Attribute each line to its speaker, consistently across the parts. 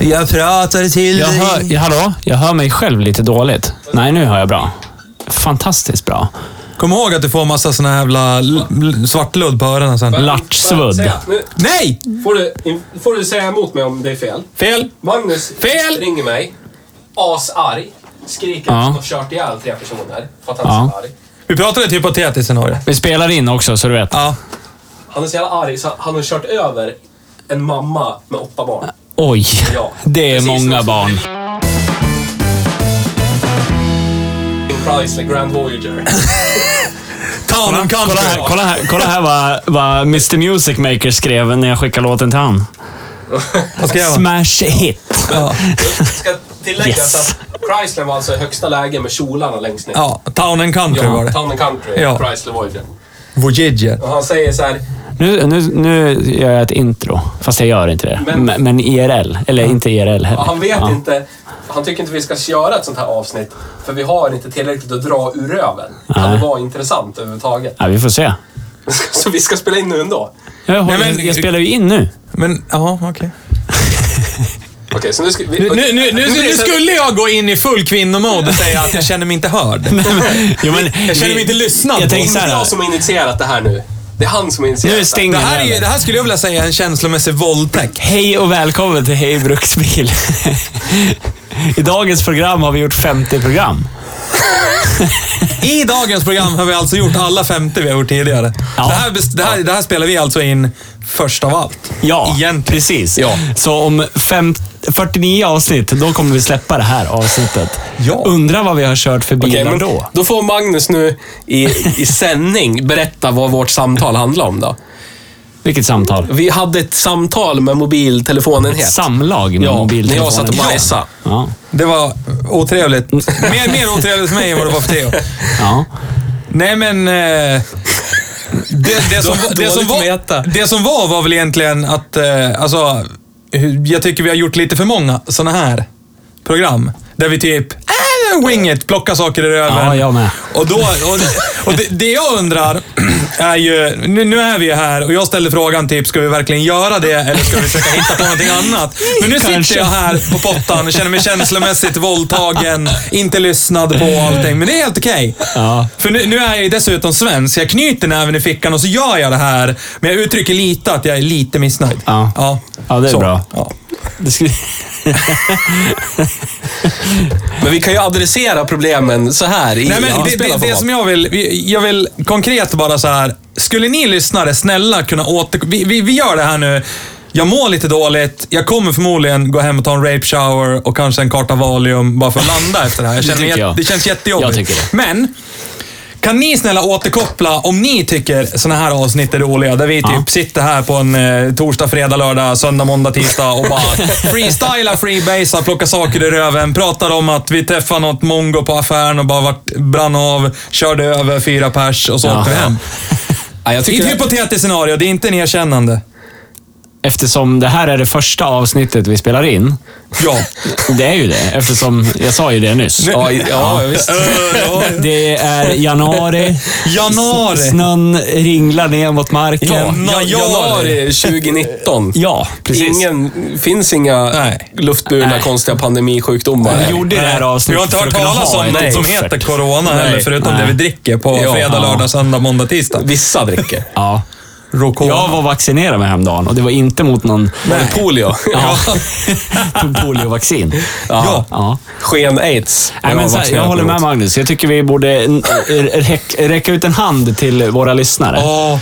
Speaker 1: Jag pratar till
Speaker 2: Jag
Speaker 1: dig.
Speaker 2: hör, ja, hallå? Jag hör mig själv lite dåligt. Nej, nu hör jag bra. Fantastiskt bra.
Speaker 3: Kom ihåg att du får massa såna här jävla l- l- svartludd på öronen sen.
Speaker 2: Lartsvudd.
Speaker 4: Säg- nu
Speaker 3: Nej!
Speaker 4: Får du, får du säga emot mig om det är fel?
Speaker 3: Fel!
Speaker 4: Magnus
Speaker 3: Fel!
Speaker 4: ringer mig, asarg, skriker
Speaker 2: Ja.
Speaker 4: att han har kört ihjäl tre personer för att han är så
Speaker 2: Ja.
Speaker 4: arg.
Speaker 3: Vi pratar ett hypotetiskt scenario.
Speaker 2: Vi spelar in också, så du vet.
Speaker 3: Ja.
Speaker 4: Han är så jävla arg så han har kört över en mamma med åtta barn.
Speaker 2: Oj,
Speaker 4: Ja.
Speaker 2: det är
Speaker 4: Precis
Speaker 2: många
Speaker 4: så.
Speaker 2: barn.
Speaker 4: En Chrysler Grand Voyager.
Speaker 3: Ta honom
Speaker 2: Kolla här, kolla här, kolla här vad, vad Mr Music Maker skrev när jag skickade låten till han.
Speaker 3: Vad ska jag göra?
Speaker 2: Smash hit.
Speaker 4: Ska tilläggas
Speaker 2: Yes.
Speaker 4: att Chrysler var alltså i högsta läge med kjolarna längst ner.
Speaker 3: Ja, Town and Country var det.
Speaker 4: Town and Country,
Speaker 3: Ja.
Speaker 4: Chrysler Voyager.
Speaker 3: Voyager.
Speaker 4: Och han säger så här,
Speaker 2: Nu, nu, nu gör jag ett intro, fast jag gör inte det.
Speaker 4: Men-
Speaker 2: Men, men IRL, eller inte IRL heller.
Speaker 4: han vet
Speaker 2: Ja.
Speaker 4: inte, han tycker inte vi ska göra ett sånt här avsnitt för vi har inte tillräckligt att dra ur röven. Kan
Speaker 2: Nej.
Speaker 4: det vara intressant överhuvudtaget?
Speaker 2: Ja, vi får se.
Speaker 4: Så vi ska spela in nu ändå.
Speaker 2: Jag, håller,
Speaker 3: Nej, men-
Speaker 2: jag spelar ju in nu.
Speaker 3: Men, ja, okej.
Speaker 4: Okej, så nu ska vi...
Speaker 3: Nu, nu, nu, nu,
Speaker 4: blir det så-
Speaker 3: skulle jag gå in i full kvinnomode och säga att jag känner mig inte hörd.
Speaker 2: Jo, men,
Speaker 3: Jag känner mig inte lyssnad
Speaker 2: Jag
Speaker 3: på.
Speaker 2: tänker så
Speaker 4: Det är
Speaker 2: här.
Speaker 4: jag som har initierat det här nu. Det är han som har initierat
Speaker 2: Nu är
Speaker 4: det.
Speaker 2: stänger
Speaker 3: Det här, är, ju- det här skulle jag vilja säga är en känslomässig våldtäkt.
Speaker 2: Hej och välkommen till Hej Bruksbil. I dagens program har vi gjort 50 program.
Speaker 3: I dagens program har vi alltså gjort alla 50 vi har gjort tidigare.
Speaker 2: Ja.
Speaker 3: Det, här, best- det, här, det här spelar vi alltså in först av allt.
Speaker 2: Ja,
Speaker 3: Egentligen.
Speaker 2: precis.
Speaker 3: Ja.
Speaker 2: Så om fem, 49 avsnitt, då kommer vi släppa det här avsnittet.
Speaker 3: Ja.
Speaker 2: Undrar vad vi har kört för bilar
Speaker 4: Okej, men
Speaker 2: då?
Speaker 4: då får Magnus nu i, i sändning berätta vad vårt samtal handlar om då.
Speaker 2: Vilket samtal?
Speaker 4: Vi hade ett samtal med mobiltelefonenhet.
Speaker 2: Samlag med
Speaker 4: ja, när
Speaker 2: mobiltelefonen.
Speaker 4: jag satt och bajsade.
Speaker 2: Ja.
Speaker 3: Det var otrevligt. Mer, mer otrevligt för mig än vad det var för Theo.
Speaker 2: ja.
Speaker 3: Nej, men... Eh, det, det, som, det, som
Speaker 4: dåligt med
Speaker 3: var,
Speaker 4: äta.
Speaker 3: det som var var väl egentligen att... Eh, alltså, hur- jag tycker vi har gjort lite för många sådana här program. Där vi typ... Äh, wing it, plocka saker i röven.
Speaker 2: Ja, jag med.
Speaker 3: Och, då, och, och det, det jag undrar är ju, nu, nu är vi ju här och jag ställer frågan typ, ska vi verkligen göra det eller ska vi försöka hitta på någonting annat? Men nu
Speaker 2: Kanske.
Speaker 3: sitter jag här på pottan och känner mig känslomässigt våldtagen, inte lyssnad på och allting, men det är helt okej.
Speaker 2: Ja.
Speaker 3: För nu, nu är jag ju dessutom svensk, jag knyter näven i fickan och så gör jag det här, men jag uttrycker lite att jag är lite missnöjd.
Speaker 2: Ja.
Speaker 3: ja.
Speaker 2: Ja, det är
Speaker 3: så.
Speaker 2: bra.
Speaker 3: Ja.
Speaker 2: Det skulle-
Speaker 4: Men vi kan ju adressera problemen så här i
Speaker 3: Nej, men det, det, det som jag vill, jag vill konkret bara så här. Skulle ni lyssnare snälla kunna åter... Vi, vi, vi gör det här nu. Jag mår lite dåligt. Jag kommer förmodligen gå hem och ta en rape shower och kanske en karta Valium bara för att landa efter det här. Jag känner
Speaker 2: Det
Speaker 3: mig,
Speaker 2: tycker
Speaker 3: jätte-
Speaker 2: jag.
Speaker 3: det känns jättejobbigt.
Speaker 2: Jag tycker det.
Speaker 3: Men, kan ni snälla återkoppla om ni tycker såna här avsnitt är roliga? Där vi typ
Speaker 2: Ja.
Speaker 3: sitter här på en eh, torsdag, fredag, lördag, söndag, måndag, tisdag och bara freestylar, freebasar, plockar saker i röven. Pratar om att vi träffar något mongo på affären och bara vart, brann av, körde över fyra pers och så
Speaker 2: Ja.
Speaker 3: åkte vi hem.
Speaker 4: ja, jag
Speaker 3: Det är ett
Speaker 4: tycker att,
Speaker 3: hypotetiskt scenario, det är inte en erkännande.
Speaker 2: Eftersom det här är det första avsnittet vi spelar in.
Speaker 3: Ja.
Speaker 2: Det är ju det, eftersom jag sa ju det nyss.
Speaker 4: ja, ja, visst.
Speaker 2: Det är januari.
Speaker 3: Januari.
Speaker 2: Snön ringlar ner mot marken.
Speaker 3: Ja.
Speaker 4: Ja, Januari 2019.
Speaker 2: Ja, precis.
Speaker 4: Ingen, finns inga
Speaker 3: Nej.
Speaker 4: luftburna
Speaker 2: Nej.
Speaker 4: konstiga pandemisjukdomar.
Speaker 2: Vi gjorde det här
Speaker 3: Vi
Speaker 2: avsnittet
Speaker 3: har inte
Speaker 2: för
Speaker 3: hört
Speaker 2: att kunna
Speaker 3: talas
Speaker 2: ha
Speaker 3: om
Speaker 2: ett
Speaker 3: något som
Speaker 2: buffert.
Speaker 3: heter corona
Speaker 2: Nej.
Speaker 3: heller, förutom
Speaker 2: Nej.
Speaker 3: det vi dricker på
Speaker 4: Ja.
Speaker 3: fredag, lördag, söndag, måndag, tisdag.
Speaker 4: Vissa dricker.
Speaker 2: Ja.
Speaker 5: Rokona.
Speaker 2: Jag var vaccinerad mig häromdagen och det var inte mot någon...
Speaker 4: Var det polio?
Speaker 2: Ja. Tog poliovaccin.
Speaker 4: Ja.
Speaker 2: ja.
Speaker 4: Sken aids.
Speaker 2: Nej, men så här, jag håller med Magnus. Jag tycker vi borde n- räck- räcka ut en hand till våra lyssnare.
Speaker 4: Ja.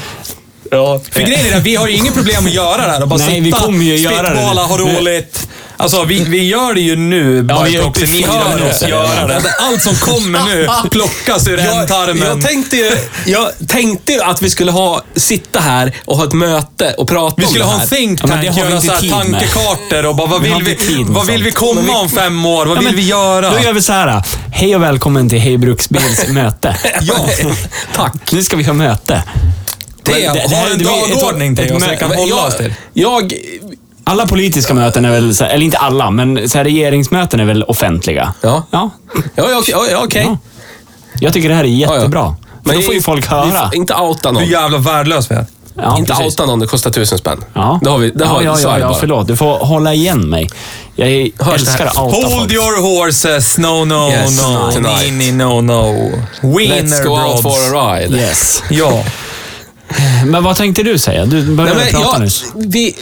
Speaker 4: Ja.
Speaker 3: För grejen är att vi har ju inget problem att göra det här och bara
Speaker 2: Nej,
Speaker 3: sitta,
Speaker 2: vi kommer ju göra det.
Speaker 3: spitballa, ha roligt. Alltså, vi, vi gör det ju nu. Bara
Speaker 2: vi är
Speaker 3: i
Speaker 2: uppe i
Speaker 3: proxy.
Speaker 2: fyra
Speaker 3: hör oss
Speaker 2: minuter.
Speaker 3: göra det. Allt som kommer nu plockas ur
Speaker 4: Jag,
Speaker 3: ändtarmen.
Speaker 4: jag, tänkte ju, jag tänkte ju att vi skulle ha, sitta här och ha ett möte och prata
Speaker 3: Vi
Speaker 4: om
Speaker 3: skulle
Speaker 4: det
Speaker 3: ha en
Speaker 4: här.
Speaker 3: think
Speaker 2: Ja, men
Speaker 3: tank,
Speaker 2: det har vi
Speaker 3: göra
Speaker 2: inte
Speaker 3: så här
Speaker 2: tid med.
Speaker 3: tankekartor och bara vad
Speaker 2: Vi
Speaker 3: vill
Speaker 2: har
Speaker 3: vi,
Speaker 2: inte tid med
Speaker 3: vad vill
Speaker 2: sånt.
Speaker 3: vi komma om fem år? Vad
Speaker 2: Ja,
Speaker 3: vill
Speaker 2: men
Speaker 3: vi göra?
Speaker 2: Då gör vi så här. Hej och välkommen till Hej Bruksbils möte.
Speaker 3: Ja, tack.
Speaker 2: Nu ska vi ha möte.
Speaker 3: Det,
Speaker 2: Men det- det här-
Speaker 3: har en
Speaker 2: det blir ett-
Speaker 3: dagordning till
Speaker 2: ett
Speaker 3: oss som vi
Speaker 2: mö-
Speaker 3: kan hålla oss till.
Speaker 4: Jag,
Speaker 2: Alla politiska möten är väl, så här, eller inte alla, men så här, regeringsmöten är väl offentliga?
Speaker 4: Ja.
Speaker 2: ja.
Speaker 4: ja, ja, ja, ja okej.
Speaker 2: Ja. Jag tycker det här är jättebra. Men då får ju folk höra.
Speaker 4: Vi- Inte outa någon.
Speaker 5: Hur jävla värdelös vi är.
Speaker 2: Ja,
Speaker 4: inte
Speaker 2: precis.
Speaker 4: outa någon, det kostar tusen spänn.
Speaker 2: Ja.
Speaker 4: Det har vi, det har,
Speaker 2: ja,
Speaker 4: så
Speaker 2: ja,
Speaker 4: är
Speaker 2: ja,
Speaker 4: det
Speaker 2: ja,
Speaker 4: bara.
Speaker 2: förlåt. Du får hålla igen mig. Jag är-
Speaker 4: Hörs det
Speaker 2: älskar
Speaker 4: här?
Speaker 2: att outa
Speaker 3: Hold
Speaker 2: folk.
Speaker 3: your horses, no no
Speaker 4: Yes,
Speaker 3: no,
Speaker 4: tonight.
Speaker 3: ni ni no no.
Speaker 4: Let's
Speaker 3: Winner
Speaker 4: go out for
Speaker 3: brods.
Speaker 4: a ride.
Speaker 2: Yes.
Speaker 3: Ja,
Speaker 2: Men vad tänkte du säga? Du
Speaker 4: Nej,
Speaker 2: började
Speaker 4: men
Speaker 2: prata
Speaker 4: jag,
Speaker 2: nyss.
Speaker 4: vi,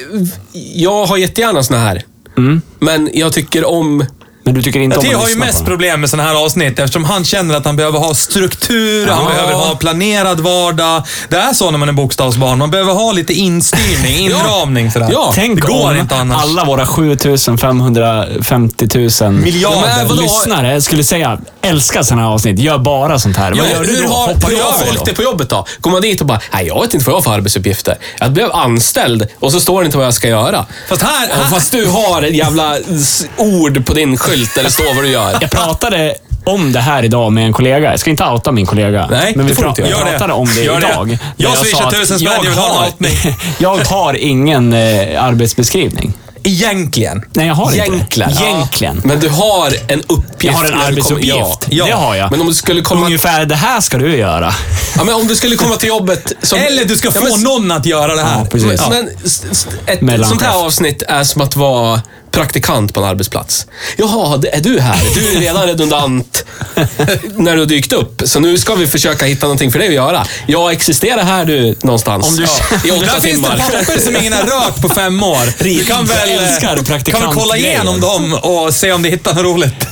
Speaker 4: jag har jättegärna såna här.
Speaker 2: Mm.
Speaker 4: Men jag tycker om...
Speaker 2: Men du tycker inte om
Speaker 3: Theo
Speaker 2: att
Speaker 3: har ju
Speaker 2: lyssna
Speaker 3: mest
Speaker 2: på dem.
Speaker 3: problem med sådana här avsnitt eftersom han känner att han behöver ha struktur, han
Speaker 2: Ja.
Speaker 3: behöver ha planerad vardag. Det är så när man är bokstavsbarn, man behöver ha lite instyrning, inramning sådär.
Speaker 4: Ja.
Speaker 2: Tänk
Speaker 3: det går
Speaker 2: om
Speaker 3: inte annars.
Speaker 2: alla våra 7550 000
Speaker 3: Miljarder.
Speaker 4: Men vadå?
Speaker 2: lyssnare skulle säga älskar sådana här avsnitt, gör bara sånt här. vad
Speaker 4: Men
Speaker 2: gör du
Speaker 4: hur
Speaker 2: då?
Speaker 4: har,
Speaker 2: Hoppar
Speaker 4: hur
Speaker 2: du
Speaker 4: har
Speaker 2: av
Speaker 4: folk
Speaker 2: det
Speaker 4: det
Speaker 2: då?
Speaker 4: på jobbet då? Går man dit och bara, nej jag vet inte vad jag har för arbetsuppgifter. Jag blev anställd och så står det inte vad jag ska göra.
Speaker 3: Fast här,
Speaker 4: Ja,
Speaker 3: här,
Speaker 4: Fast du har ett jävla s- ord på din skylt där det står vad du gör.
Speaker 2: Jag pratade om det här idag med en kollega. Jag ska inte outa min kollega.
Speaker 4: Nej,
Speaker 2: men vi
Speaker 4: det får du inte
Speaker 2: jag
Speaker 4: göra.
Speaker 3: Gör det.
Speaker 2: pratade om det
Speaker 3: Gör det.
Speaker 2: idag.
Speaker 3: Jag
Speaker 2: Där sa
Speaker 3: swishar
Speaker 2: att
Speaker 3: 1000 spänn,
Speaker 2: jag
Speaker 3: jag vill ha en
Speaker 2: har-
Speaker 3: outning.
Speaker 2: Jag har ingen eh, arbetsbeskrivning.
Speaker 3: egentligen.
Speaker 2: Nej, jag har
Speaker 4: Egentligen.
Speaker 2: inte det.
Speaker 4: Ja.
Speaker 2: Egentligen.
Speaker 4: Men du har en uppgift.
Speaker 2: Jag har en
Speaker 4: när du kommer-
Speaker 2: arbetsuppgift.
Speaker 4: Ja.
Speaker 2: Ja. Det har jag.
Speaker 4: Men om du skulle komma,
Speaker 2: Ungefär det här ska du göra.
Speaker 4: ja, men om du skulle komma till jobbet... Som,
Speaker 3: Eller du ska
Speaker 4: Ja,
Speaker 3: få
Speaker 4: men-
Speaker 3: någon att göra det här.
Speaker 2: Ja, precis.
Speaker 4: Men, men s- s- ett
Speaker 2: Mellanchef.
Speaker 4: sånt här avsnitt är som att vara praktikant på en arbetsplats. Jaha, det- är du här? Du är redan redundant när du har dykt upp. Så nu ska vi försöka hitta någonting för dig att göra. Jag existerar här du någonstans.
Speaker 2: Om du-
Speaker 4: ja, I åtta
Speaker 3: Där finns det
Speaker 4: timmar.
Speaker 3: papper som ingen har rört på fem år. Du kan väl, eh,
Speaker 2: älskar
Speaker 3: kan väl kolla
Speaker 2: praktikantgrejen.
Speaker 3: igenom dem och se om du hittar något roligt.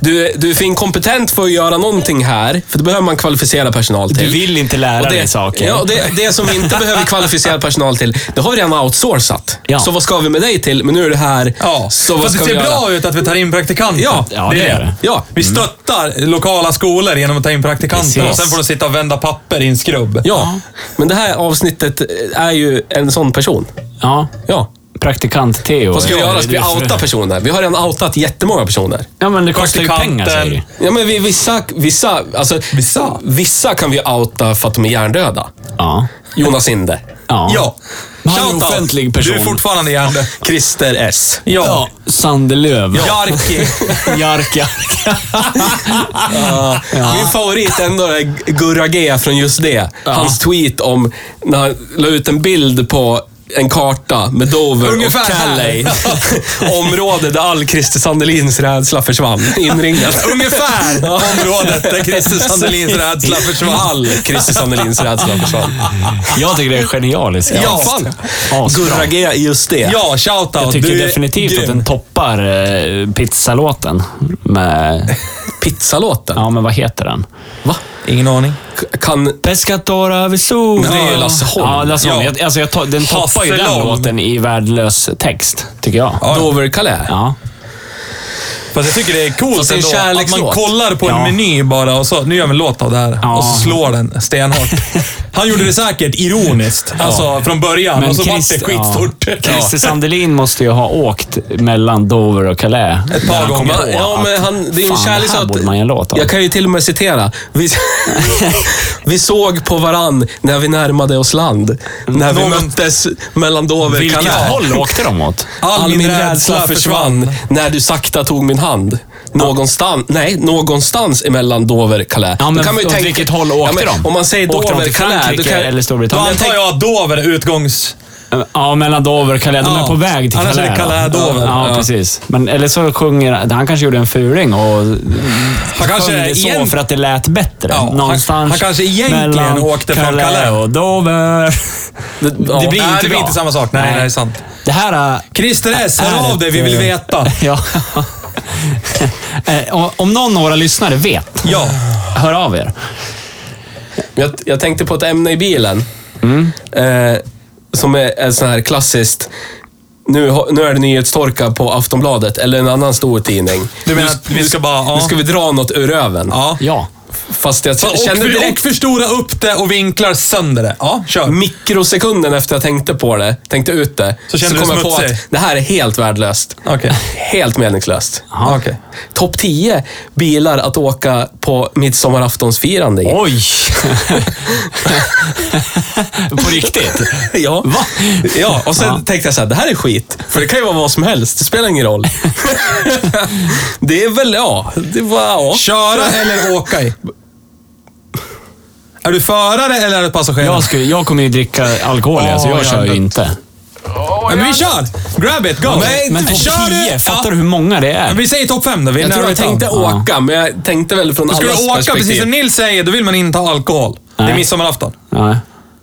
Speaker 4: Du, du är för inkompetent för att göra någonting här, för det behöver man kvalificera personal till.
Speaker 2: Du vill inte lära
Speaker 4: Och det,
Speaker 2: dig saker.
Speaker 4: Ja, och det, det som vi inte behöver kvalificerad personal till, det har vi redan outsourcat.
Speaker 2: Ja.
Speaker 4: Så vad ska vi med dig till? Men nu är det här.
Speaker 3: Ja,
Speaker 4: Så vad
Speaker 3: fast det
Speaker 4: ska
Speaker 3: ser
Speaker 4: vi göra?
Speaker 3: bra ut att vi tar in praktikanter.
Speaker 4: Ja,
Speaker 2: ja, det gör det. Mm.
Speaker 4: Ja.
Speaker 3: Vi stöttar lokala skolor genom att ta in praktikanter
Speaker 2: Precis.
Speaker 3: och sen får de sitta och vända papper i en skrubb.
Speaker 4: Ja, men det här avsnittet är ju en sån person.
Speaker 2: Ja.
Speaker 4: Ja.
Speaker 2: Praktikant-Theo.
Speaker 4: Vad ska vi göra? Ska vi
Speaker 2: Det är för-
Speaker 4: outa personer? Vi har redan outat jättemånga personer.
Speaker 2: Ja, men det kostar ju pengar säger du.
Speaker 3: Praktikanten.
Speaker 4: Ja, men vi, vissa, vissa, alltså,
Speaker 3: Vissa?
Speaker 4: vissa kan vi outa för att de är hjärndöda.
Speaker 2: Ja.
Speaker 4: Jonas Inde.
Speaker 2: Ja.
Speaker 3: Ja.
Speaker 2: Han är en
Speaker 3: Shoutout.
Speaker 2: offentlig person.
Speaker 3: Du är fortfarande hjärndöd.
Speaker 4: Christer S.
Speaker 3: Ja.
Speaker 2: ja. Sandelöv.
Speaker 3: Jarki.
Speaker 2: Jark, jark.
Speaker 4: Min favorit ändå är Gurra G från just det. Hans tweet om när han la ut en bild på en karta med Dover
Speaker 3: Ungefär
Speaker 4: och
Speaker 3: här.
Speaker 4: Calais. Område där all Christer Sandelins rädsla försvann. Inringat.
Speaker 3: Ungefär området där Christer Sandelins rädsla försvann.
Speaker 4: All Christer Sandelins rädsla försvann.
Speaker 2: Jag tycker det är genialiskt.
Speaker 3: Ja,
Speaker 4: Fan.
Speaker 2: Asbra.
Speaker 4: Gurra G är just det.
Speaker 3: Ja, shoutout.
Speaker 2: Jag tycker
Speaker 3: du är
Speaker 2: definitivt
Speaker 3: grym.
Speaker 2: att den toppar eh, pizzalåten. Med,
Speaker 4: Pizzalåten.
Speaker 2: ja, men vad heter den?
Speaker 4: Va?
Speaker 3: Ingen aning.
Speaker 4: Kan...
Speaker 2: Pescatora Vesuva.
Speaker 4: Men det är ju Lasse Holm.
Speaker 2: Ja, Lasse Holm.
Speaker 3: Ja.
Speaker 2: Jag, alltså, jag to- den toppar ju den
Speaker 3: Hasselholm.
Speaker 2: låten i värdelös text, tycker jag. Ja.
Speaker 4: Dover Calais?
Speaker 3: Fast jag tycker det är coolt
Speaker 4: Fast det är en
Speaker 3: ändå att man
Speaker 4: kärlekslåt.
Speaker 3: kollar på en
Speaker 2: Ja.
Speaker 3: meny bara och så, nu gör vi en låt av det här.
Speaker 2: Ja.
Speaker 3: Och så slår den stenhårt. Han gjorde det säkert ironiskt, alltså från början. och så vart det
Speaker 2: Christ-
Speaker 3: skitstort.
Speaker 2: Ja. Christer Sandelin måste ju ha åkt mellan Dover och Calais.
Speaker 3: Ett par
Speaker 2: När han kom
Speaker 3: gånger.
Speaker 2: på
Speaker 4: Ja,
Speaker 2: att,
Speaker 4: men han, det är ju en
Speaker 2: fan,
Speaker 4: kärlek
Speaker 2: det här
Speaker 4: så att-
Speaker 2: borde man ju ha en låt av.
Speaker 4: Jag kan ju till och med citera. Vi, vi såg på varann när vi närmade oss land. När vi
Speaker 3: Någon-
Speaker 4: möttes mellan Dover och
Speaker 2: Vilket
Speaker 4: Calais.
Speaker 2: håll åkte de åt?
Speaker 4: All min rädsla försvann när du sakta tog min hand. Någonstans, nej, någonstans emellan Dover och Calais.
Speaker 2: Ja,
Speaker 4: Då
Speaker 2: men
Speaker 4: kan man ju
Speaker 2: åt
Speaker 4: tänka-
Speaker 2: vilket håll åkte de?
Speaker 4: Om man säger
Speaker 2: Åkte de
Speaker 4: Dover
Speaker 2: till
Speaker 4: Calais, då
Speaker 2: Frankrike
Speaker 4: kan-
Speaker 2: eller
Speaker 3: Då
Speaker 2: Storbritannien?
Speaker 3: antar jag att Dover är utgångs...
Speaker 2: Ja, mellan Dover och Calais. De
Speaker 3: Ja.
Speaker 2: är på väg till
Speaker 3: Annars är
Speaker 2: Calais.
Speaker 3: det Calais,
Speaker 2: då.
Speaker 3: Dover.
Speaker 2: Ja,
Speaker 3: Ja.
Speaker 2: precis. Men, eller så sjunger... Han kanske gjorde en furing och
Speaker 3: Han kanske
Speaker 2: sjöng det så
Speaker 3: egent-
Speaker 2: för att det lät bättre.
Speaker 3: Ja, han-
Speaker 2: Någonstans
Speaker 3: han kanske egentligen
Speaker 2: mellan
Speaker 3: åkte från Calais.
Speaker 2: och Dover. Det,
Speaker 3: Ja. Nej, det blir inte samma sak. Nej, det är sant.
Speaker 2: Det här... Äh,
Speaker 3: Christer S,
Speaker 2: Är
Speaker 3: hör av
Speaker 2: det-
Speaker 3: dig. Vi vill veta.
Speaker 2: ja. Eh, om- Om någon av våra lyssnare vet,
Speaker 3: Ja.
Speaker 2: hör av er.
Speaker 4: Men Jag, jag tänkte på ett ämne i bilen.
Speaker 3: Mm.
Speaker 4: Eh, som är ett sån här klassiskt... Nu, har- nu är det nyhetstorka på Aftonbladet eller en annan stor tidning.
Speaker 3: Du menar att vi ska bara...
Speaker 4: Nu
Speaker 3: Ja.
Speaker 4: ska vi dra något ur röven.
Speaker 3: ja.
Speaker 2: Ja.
Speaker 4: Fast jag
Speaker 3: Och,
Speaker 4: kände
Speaker 3: för, och
Speaker 4: direkt
Speaker 3: förstora upp det och vinklar sönder det. Ja, kör.
Speaker 4: mikrosekunden efter jag tänkte på det, tänkte ut det,
Speaker 3: Så kände du
Speaker 4: kom jag på
Speaker 3: smutsig?
Speaker 4: att det här är helt värdelöst.
Speaker 3: Okej.
Speaker 4: Helt meningslöst.
Speaker 2: Aha.
Speaker 3: Okej.
Speaker 4: Topp 10 bilar att åka på midsommaraftonsfirande i.
Speaker 2: Oj! På riktigt?
Speaker 4: Ja.
Speaker 2: Va?
Speaker 4: Ja, och sen
Speaker 2: Ja.
Speaker 4: tänkte jag så här, det här är skit. För det kan ju vara vad som helst, det spelar ingen roll. det är väl, ja. Det var, ja.
Speaker 3: Köra eller åka i? Är du förare eller är du passagerare?
Speaker 2: Jag, skulle, jag kommer ju dricka alkohol,
Speaker 3: Ja,
Speaker 2: så jag,
Speaker 3: jag
Speaker 2: kör ju
Speaker 3: vet.
Speaker 2: inte.
Speaker 3: men vi kör! Grab it, go!
Speaker 2: men men topp
Speaker 3: kör
Speaker 2: 10,
Speaker 3: du?
Speaker 2: fattar
Speaker 3: Ja.
Speaker 2: du hur många det är?
Speaker 3: Vi säger topp fem då. Vi
Speaker 4: Jag tror jag tänkte
Speaker 2: Ja.
Speaker 4: åka, men jag tänkte väl från
Speaker 3: Ska
Speaker 4: allas
Speaker 3: du åka,
Speaker 4: perspektiv.
Speaker 3: precis som Nils säger, då vill man inte ha alkohol. Det är
Speaker 2: Nej.
Speaker 3: midsommarafton.
Speaker 2: Nej.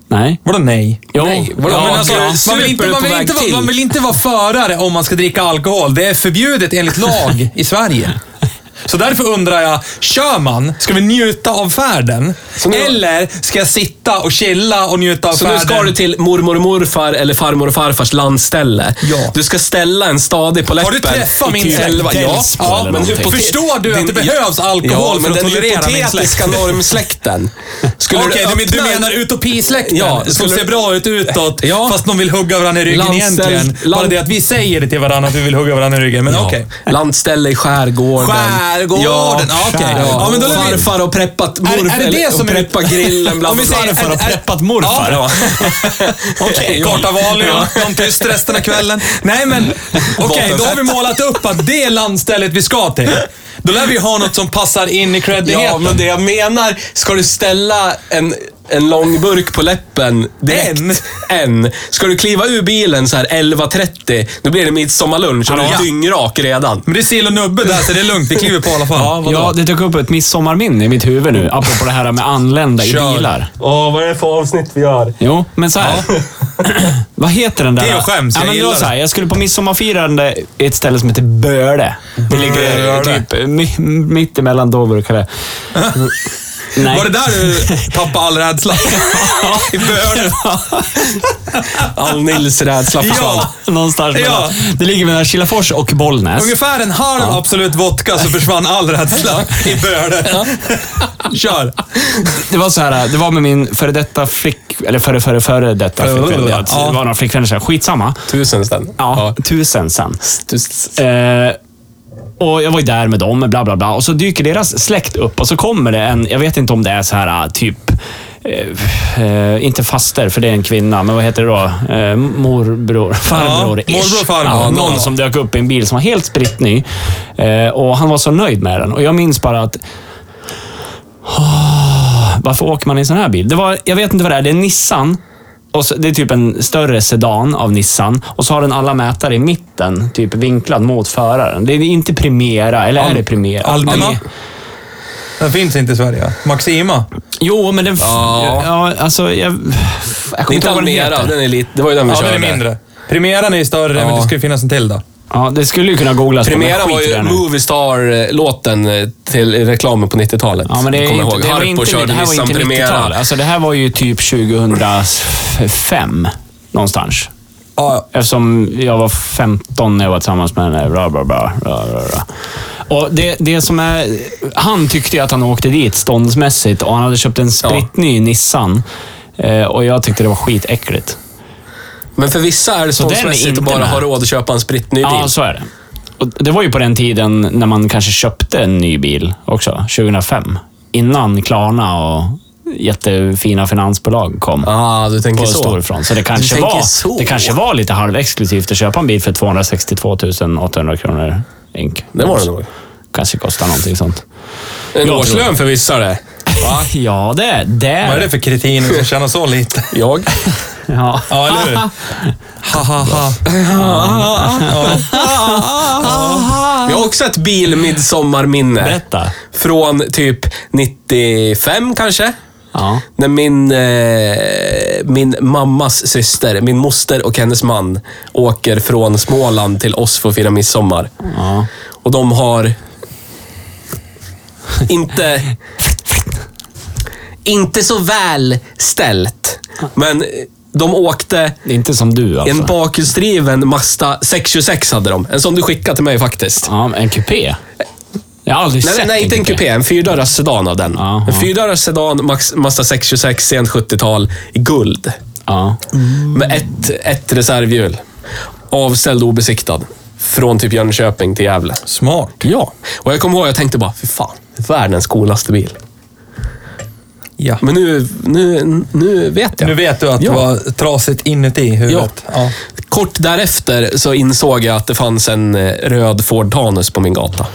Speaker 2: Nej.
Speaker 3: Vadå nej?
Speaker 2: Jo.
Speaker 4: Nej, vadå?
Speaker 3: Ja,
Speaker 4: Ja,
Speaker 3: men alltså,
Speaker 4: okej.
Speaker 3: man, vill
Speaker 4: Super
Speaker 3: inte,
Speaker 4: på
Speaker 3: man, vill
Speaker 4: väg
Speaker 3: inte, vara-
Speaker 4: till.
Speaker 3: man vill inte vara förare om man ska dricka alkohol. Det är förbjudet enligt lag i Sverige. Så därför undrar jag, kör man? Ska vi njuta av färden?
Speaker 4: nu-
Speaker 3: Eller ska jag sitta och chilla och njuta av
Speaker 4: Så
Speaker 3: färden?
Speaker 4: nu ska du till mormor och morfar eller farmor och farfars landställe.
Speaker 3: Ja.
Speaker 4: Du ska ställa en stadig på läppen.
Speaker 3: Har du träffat
Speaker 4: i
Speaker 3: min
Speaker 4: typ
Speaker 3: släkt?
Speaker 4: elva- Ja,
Speaker 2: Delsbo eller
Speaker 4: ja men
Speaker 2: någonting.
Speaker 4: hypote-
Speaker 3: Förstår du att det
Speaker 4: din-
Speaker 3: behövs alkohol
Speaker 4: ja,
Speaker 3: för
Speaker 4: men
Speaker 3: att
Speaker 4: den
Speaker 3: tolerera min släkt?
Speaker 4: hypotetiska normsläkten. Skulle
Speaker 3: Okej, du, men du
Speaker 4: öppna-
Speaker 3: menar utopisläkten?
Speaker 4: Ja,
Speaker 3: som
Speaker 4: skulle-
Speaker 3: ser bra ut utåt,
Speaker 4: Ja.
Speaker 3: fast de vill hugga varandra i ryggen
Speaker 4: Landställ-
Speaker 3: egentligen. Bara
Speaker 4: land-
Speaker 3: det att vi säger det till varandra att vi vill hugga varandra i ryggen, men
Speaker 4: Ja.
Speaker 3: okej.
Speaker 4: Landställe i skärgården.
Speaker 3: Skärgården,
Speaker 4: Ja,
Speaker 3: ja, okej.
Speaker 4: skärgården.
Speaker 3: Ja, men då lär vi-
Speaker 4: Farfar har preppat
Speaker 3: är
Speaker 4: morfar.
Speaker 3: det det som är-
Speaker 4: preppat grillen bland
Speaker 3: Om vi säger-
Speaker 2: Farfar har
Speaker 3: är- är-
Speaker 2: preppat morfar.
Speaker 3: Ja.
Speaker 4: Okej, ja.
Speaker 3: Karta Valium, någon tyst resten av kvällen. Nej men, okej, då har vi målat upp att det är landstället vi ska till. Då lär vi ha något som passar in i creddigheten.
Speaker 4: Ja, men det jag menar, ska du ställa en, en lång burk på läppen direkt? En. Ska du kliva ur bilen så här 11.30, då blir det midsommarlunch och du
Speaker 3: Ja.
Speaker 4: är dyngrak redan.
Speaker 3: Men det är sill och nubbe där, så det är lugnt. Det kliver på i alla fall.
Speaker 2: Ja, det dök upp ett midsommarminne i mitt huvud nu, apropå det här med anlända i
Speaker 3: Kör.
Speaker 2: bilar.
Speaker 4: Åh, vad är det för avsnitt vi gör?
Speaker 2: Jo, men så här. Vad heter den där?
Speaker 3: Det är jag skäms,
Speaker 2: ja,
Speaker 3: jag
Speaker 2: men
Speaker 3: gillar
Speaker 2: då, så här, jag skulle på midsommarfirande i ett ställe som heter Böle. Det ligger
Speaker 3: Böle.
Speaker 2: typ mi- mitt emellan Dover och Calais. Nej.
Speaker 3: Var det där du tappade all rädsla? I början.
Speaker 4: All Nils rädsla försvann.
Speaker 3: Ja.
Speaker 2: Någonstans mellan.
Speaker 3: Ja.
Speaker 2: Det ligger mellan Kilafors och Bollnäs.
Speaker 3: Ungefär en halv Absolut vodka så försvann all rädsla i början. Kör!
Speaker 2: Det var så här, det var med min före detta flick... Eller före, före, före detta flickvän. Ja,
Speaker 3: Ja.
Speaker 2: Det var några flickvänner sen. Skitsamma.
Speaker 4: Tusen spänn.
Speaker 2: Ja, tusen sen.
Speaker 4: Tus-
Speaker 2: Eh, och jag var ju där med dem, bla bla bla. Och så dyker deras släkt upp och så kommer det en, jag vet inte om det är så här ah, typ, eh, eh, inte faster för det är en kvinna, men vad heter det då? Eh, morbror, farbror
Speaker 3: Ja, morbror, farbror.
Speaker 2: Ja, någon
Speaker 3: Ja.
Speaker 2: som dök upp i en bil som var helt spritt ny. Eh, och han var så nöjd med den. Och jag minns bara att Ah, varför åker man i en sån här bil? Det var, jag vet inte vad det är. Det är en Nissan. Och så, det är typ en större sedan av Nissan. Och så har den alla mätare i mitten, typ vinklad mot föraren. Det är inte Primera, eller är det Primera?
Speaker 3: Almina?
Speaker 2: Nej.
Speaker 3: Den finns inte i Sverige. Maxima?
Speaker 2: Jo, men den...
Speaker 4: Ja.
Speaker 2: Ja, alltså jag... jag
Speaker 4: Det är
Speaker 2: kommer inte
Speaker 4: inte
Speaker 2: ihåg vad den
Speaker 4: Almera,
Speaker 2: heter.
Speaker 4: den är lite, det var ju den vi
Speaker 3: Ja,
Speaker 4: körde.
Speaker 3: den är mindre. Primeran är ju större, men det ska ju finnas en till då.
Speaker 2: Ja, det skulle ju kunna googlas på, men
Speaker 4: Premiären
Speaker 2: skit
Speaker 4: var
Speaker 2: i det
Speaker 4: ju
Speaker 2: nu.
Speaker 4: Moviestar-låten eh, till reklamen på 90-talet.
Speaker 2: Ja, men det, är
Speaker 4: Kommer jag
Speaker 2: inte,
Speaker 4: ihåg.
Speaker 2: det, var
Speaker 4: Harpo
Speaker 2: inte,
Speaker 4: körde
Speaker 2: det här var
Speaker 4: Nissan
Speaker 2: inte
Speaker 4: Primera.
Speaker 2: 90-tal. Alltså, det här var ju typ 2005 någonstans.
Speaker 3: Ja,
Speaker 2: Eftersom jag var 15 när jag var tillsammans med henne. Bla, bla, bla, bla, bla, bla. Och det, det som är, han tyckte ju att han åkte dit ståndsmässigt och han hade köpt en spritny Nissan. Eh, och jag tyckte det var skitäckligt.
Speaker 4: Men för vissa är det
Speaker 2: den är
Speaker 4: ståndsmässigt
Speaker 2: inte
Speaker 4: att bara
Speaker 2: med.
Speaker 4: ha råd att köpa en spritny bil.
Speaker 2: Ja, så är det. Och det var ju på den tiden när man kanske köpte en ny bil också, 2005. Innan Klarna och jättefina finansbolag kom.
Speaker 4: ah, du tänker
Speaker 2: på
Speaker 4: så.
Speaker 2: storifrån. Så det kanske,
Speaker 4: tänker
Speaker 2: var,
Speaker 4: så.
Speaker 2: det kanske var lite halvexklusivt att köpa en bil för 262 800 kronor ink.
Speaker 4: Det var det nog.
Speaker 2: Kanske kostar någonting sånt.
Speaker 4: En
Speaker 2: tror
Speaker 4: årslön för vissa det.
Speaker 2: Ja, det, det
Speaker 3: vad är det för kretiner som tjänar så lite?
Speaker 4: Jag?
Speaker 2: Ja.
Speaker 3: Ja, eller hur? Ha, ha, ha.
Speaker 4: Jag har också ett bilmidsommarminne.
Speaker 2: Berätta.
Speaker 4: Från typ 95 kanske.
Speaker 2: Ja.
Speaker 4: När min, eh, min mammas syster, min moster och hennes man åker från Småland till oss för att fira midsommar.
Speaker 2: ja.
Speaker 4: Och de har inte, inte så väl ställt. Men de åkte
Speaker 2: Det är inte som du alltså.
Speaker 4: en bakhjulsdriven Mazda 626 hade de. En som du skickade till mig faktiskt.
Speaker 2: ja, en kupé. Jag har aldrig
Speaker 4: Nej,
Speaker 2: sett
Speaker 4: nej, inte en kupé. En fyrdörrars sedan av den.
Speaker 2: Aha.
Speaker 4: En fyrdörrars sedan, Max- Mazda 626, sent 70-tal, i guld.
Speaker 2: Ja.
Speaker 4: Med ett, ett reservhjul. Avställd och obesiktad. Från typ Jönköping till Gävle.
Speaker 3: Smart.
Speaker 4: Ja. Och jag kommer ihåg, jag tänkte bara, fy fan. Världens coolaste bil.
Speaker 3: Ja.
Speaker 4: Men nu, nu, nu vet jag.
Speaker 3: Nu vet du att
Speaker 4: Ja.
Speaker 3: det var trasigt inuti huvudet.
Speaker 4: Ja.
Speaker 3: Ja.
Speaker 4: Kort därefter så insåg jag att det fanns en eh, röd Ford Tanus på min gata.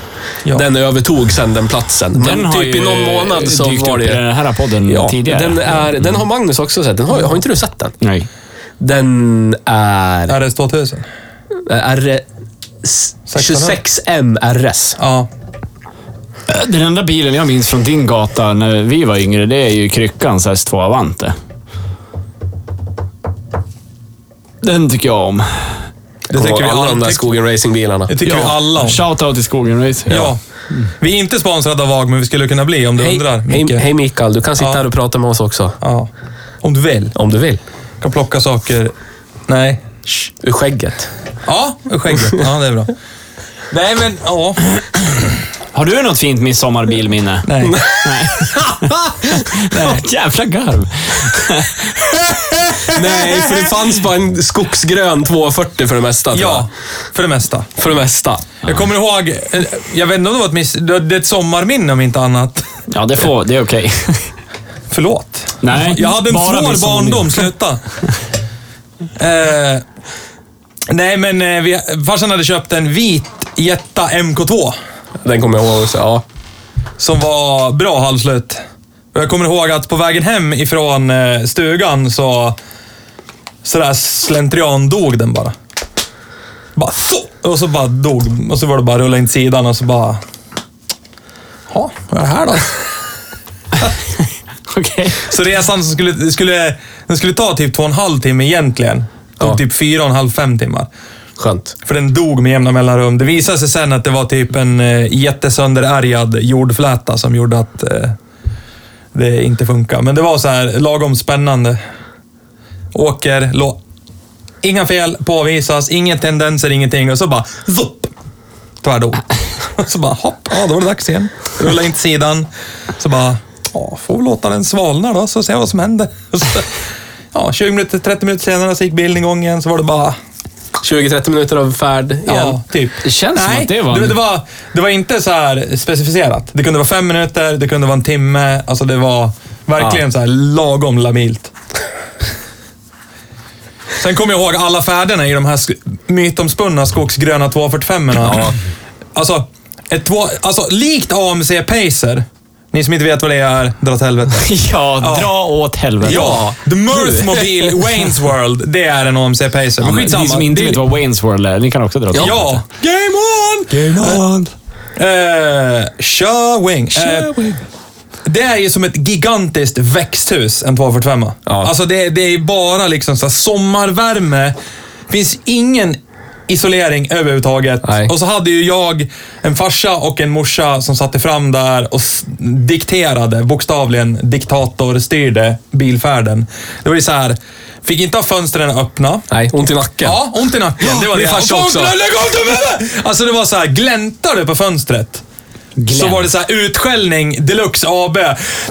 Speaker 3: Ja.
Speaker 4: Den övertog sen den platsen. Men
Speaker 2: Den har
Speaker 4: typ i
Speaker 2: ju
Speaker 3: eh,
Speaker 4: någon månad så
Speaker 2: dykt
Speaker 4: var
Speaker 2: upp
Speaker 4: det...
Speaker 2: i den här podden
Speaker 4: Ja,
Speaker 2: tidigare.
Speaker 4: Den, är,
Speaker 3: Mm.
Speaker 4: den har Magnus också sett. Den har, har inte du sett den?
Speaker 2: Nej.
Speaker 4: Den är eh,
Speaker 3: RS 2000.
Speaker 4: R, 26M RS.
Speaker 3: Ja.
Speaker 2: Den enda bilen jag minns från din gata när vi var yngre, det är ju Kryckans S2 Avante. Den tycker jag om.
Speaker 3: Det tycker vi
Speaker 4: alla de
Speaker 3: alla.
Speaker 4: där
Speaker 3: Det
Speaker 4: skogen racingbilarna.
Speaker 3: tycker vi alla om.
Speaker 2: Shoutout till Skogen Racing.
Speaker 3: Ja. Vi är inte sponsrade av VAG, men vi skulle kunna bli om du
Speaker 4: Hej,
Speaker 3: undrar,
Speaker 4: hej,
Speaker 3: Micke.
Speaker 4: hej Mikael, du kan sitta
Speaker 3: Ja.
Speaker 4: här och prata med oss också.
Speaker 3: Ja. Om du vill.
Speaker 4: Om du vill.
Speaker 3: Kan plocka saker. Nej.
Speaker 4: Shh, ur skägget.
Speaker 3: Ja, ur skägget. Ja, det är bra. Nej, men ja.
Speaker 2: Har du något fint midsommarbilminne?
Speaker 3: Nej.
Speaker 2: Nej. Jävla garv.
Speaker 4: Nej, för det fanns bara en skogsgrön 240 för det mesta. tror
Speaker 3: Ja, för det mesta.
Speaker 4: jag. För det mesta.
Speaker 3: Jag kommer ihåg, eh, jag vet inte om det var ett miss... Det det är ett sommarminne om inte annat.
Speaker 2: Ja, det, får, det är okej.
Speaker 3: Förlåt.
Speaker 2: Nej,
Speaker 3: Jag hade en
Speaker 2: bara
Speaker 3: svår
Speaker 2: midsommar.
Speaker 3: barndom, sluta. eh, nej, men eh, vi, farsan hade köpt en vit Jetta MK2
Speaker 4: Den kommer jag ihåg också. Ja.
Speaker 3: som var bra halvslut. Och jag kommer ihåg att på vägen hem ifrån eh, stugan så sådär slentrian dog den bara. Bara så! Och så bara dog Och så var det bara att rulla in till sidan och så bara... Ja, vad är det här då?
Speaker 2: Okej.
Speaker 3: Så resan som skulle, det skulle, den skulle ta typ två och en halv timme egentligen. Tog
Speaker 4: Ja.
Speaker 3: typ fyra och en halv, fem timmar.
Speaker 4: Skönt.
Speaker 3: För den dog med jämna mellanrum. Det visade sig sen att det var typ en eh, jättesönderärgad jordfläta som gjorde att eh, det inte funkar. Men det var så här lagom spännande. Åker, lå... Inga fel påvisas, inga tendenser, ingenting. Och så bara zopp! Tvärdog. Och så bara hopp, ja då var det dags igen. Rulla in till sidan. Så bara, ja, får väl låta den svalna då, så ser jag vad som händer. Och Så, ja, 20 minuter, 30 minuter senare så gick bilen igång igen, så var det bara
Speaker 4: 20-30 minuter av färd igen.
Speaker 3: Ja, typ.
Speaker 2: Det känns som
Speaker 3: Nej,
Speaker 2: att det var...
Speaker 3: Det, det var, det var inte så här specificerat. Det kunde vara fem minuter, det kunde vara en timme. Alltså det var verkligen så här lagom labilt. Sen kommer jag ihåg alla färderna i de här sk- mytomspunna skogsgröna 245 ja. Alltså, ett två, alltså, likt AMC Pacer. Ni som inte vet vad det är, dra åt helvete.
Speaker 2: Ja,
Speaker 3: Ja.
Speaker 2: dra åt helvete.
Speaker 3: Ja, The Mirth Mobile Wayne's World, det är en AMC Pacer. Men
Speaker 2: Men
Speaker 3: skitsamma.
Speaker 2: Ni som inte
Speaker 3: det-
Speaker 2: vet vad Wayne's World är, ni kan också dra åt
Speaker 3: Ja!
Speaker 2: helvete.
Speaker 3: Game on! Game on! Eh, Shawing. Eh, det är ju som ett gigantiskt växthus, en 245.
Speaker 4: Ja.
Speaker 3: Alltså det, det är bara liksom så här sommarvärme. finns ingen isolering överhuvudtaget.
Speaker 4: Nej.
Speaker 3: Och så hade ju jag en farsa och en morsa som satte fram där och s- dikterade, bokstavligen diktatorstyrde bilfärden. Det var ju så här, fick inte ha fönstren öppna.
Speaker 4: Nej, ont i nacken.
Speaker 3: Ja, ont i nacken. det var
Speaker 4: min
Speaker 3: det.
Speaker 4: farsa
Speaker 3: Fan,
Speaker 4: också.
Speaker 3: Lägg av dig med det! Alltså det var så här, gläntar du på fönstret så
Speaker 2: Glenn.
Speaker 3: var det så här utskällning deluxe AB.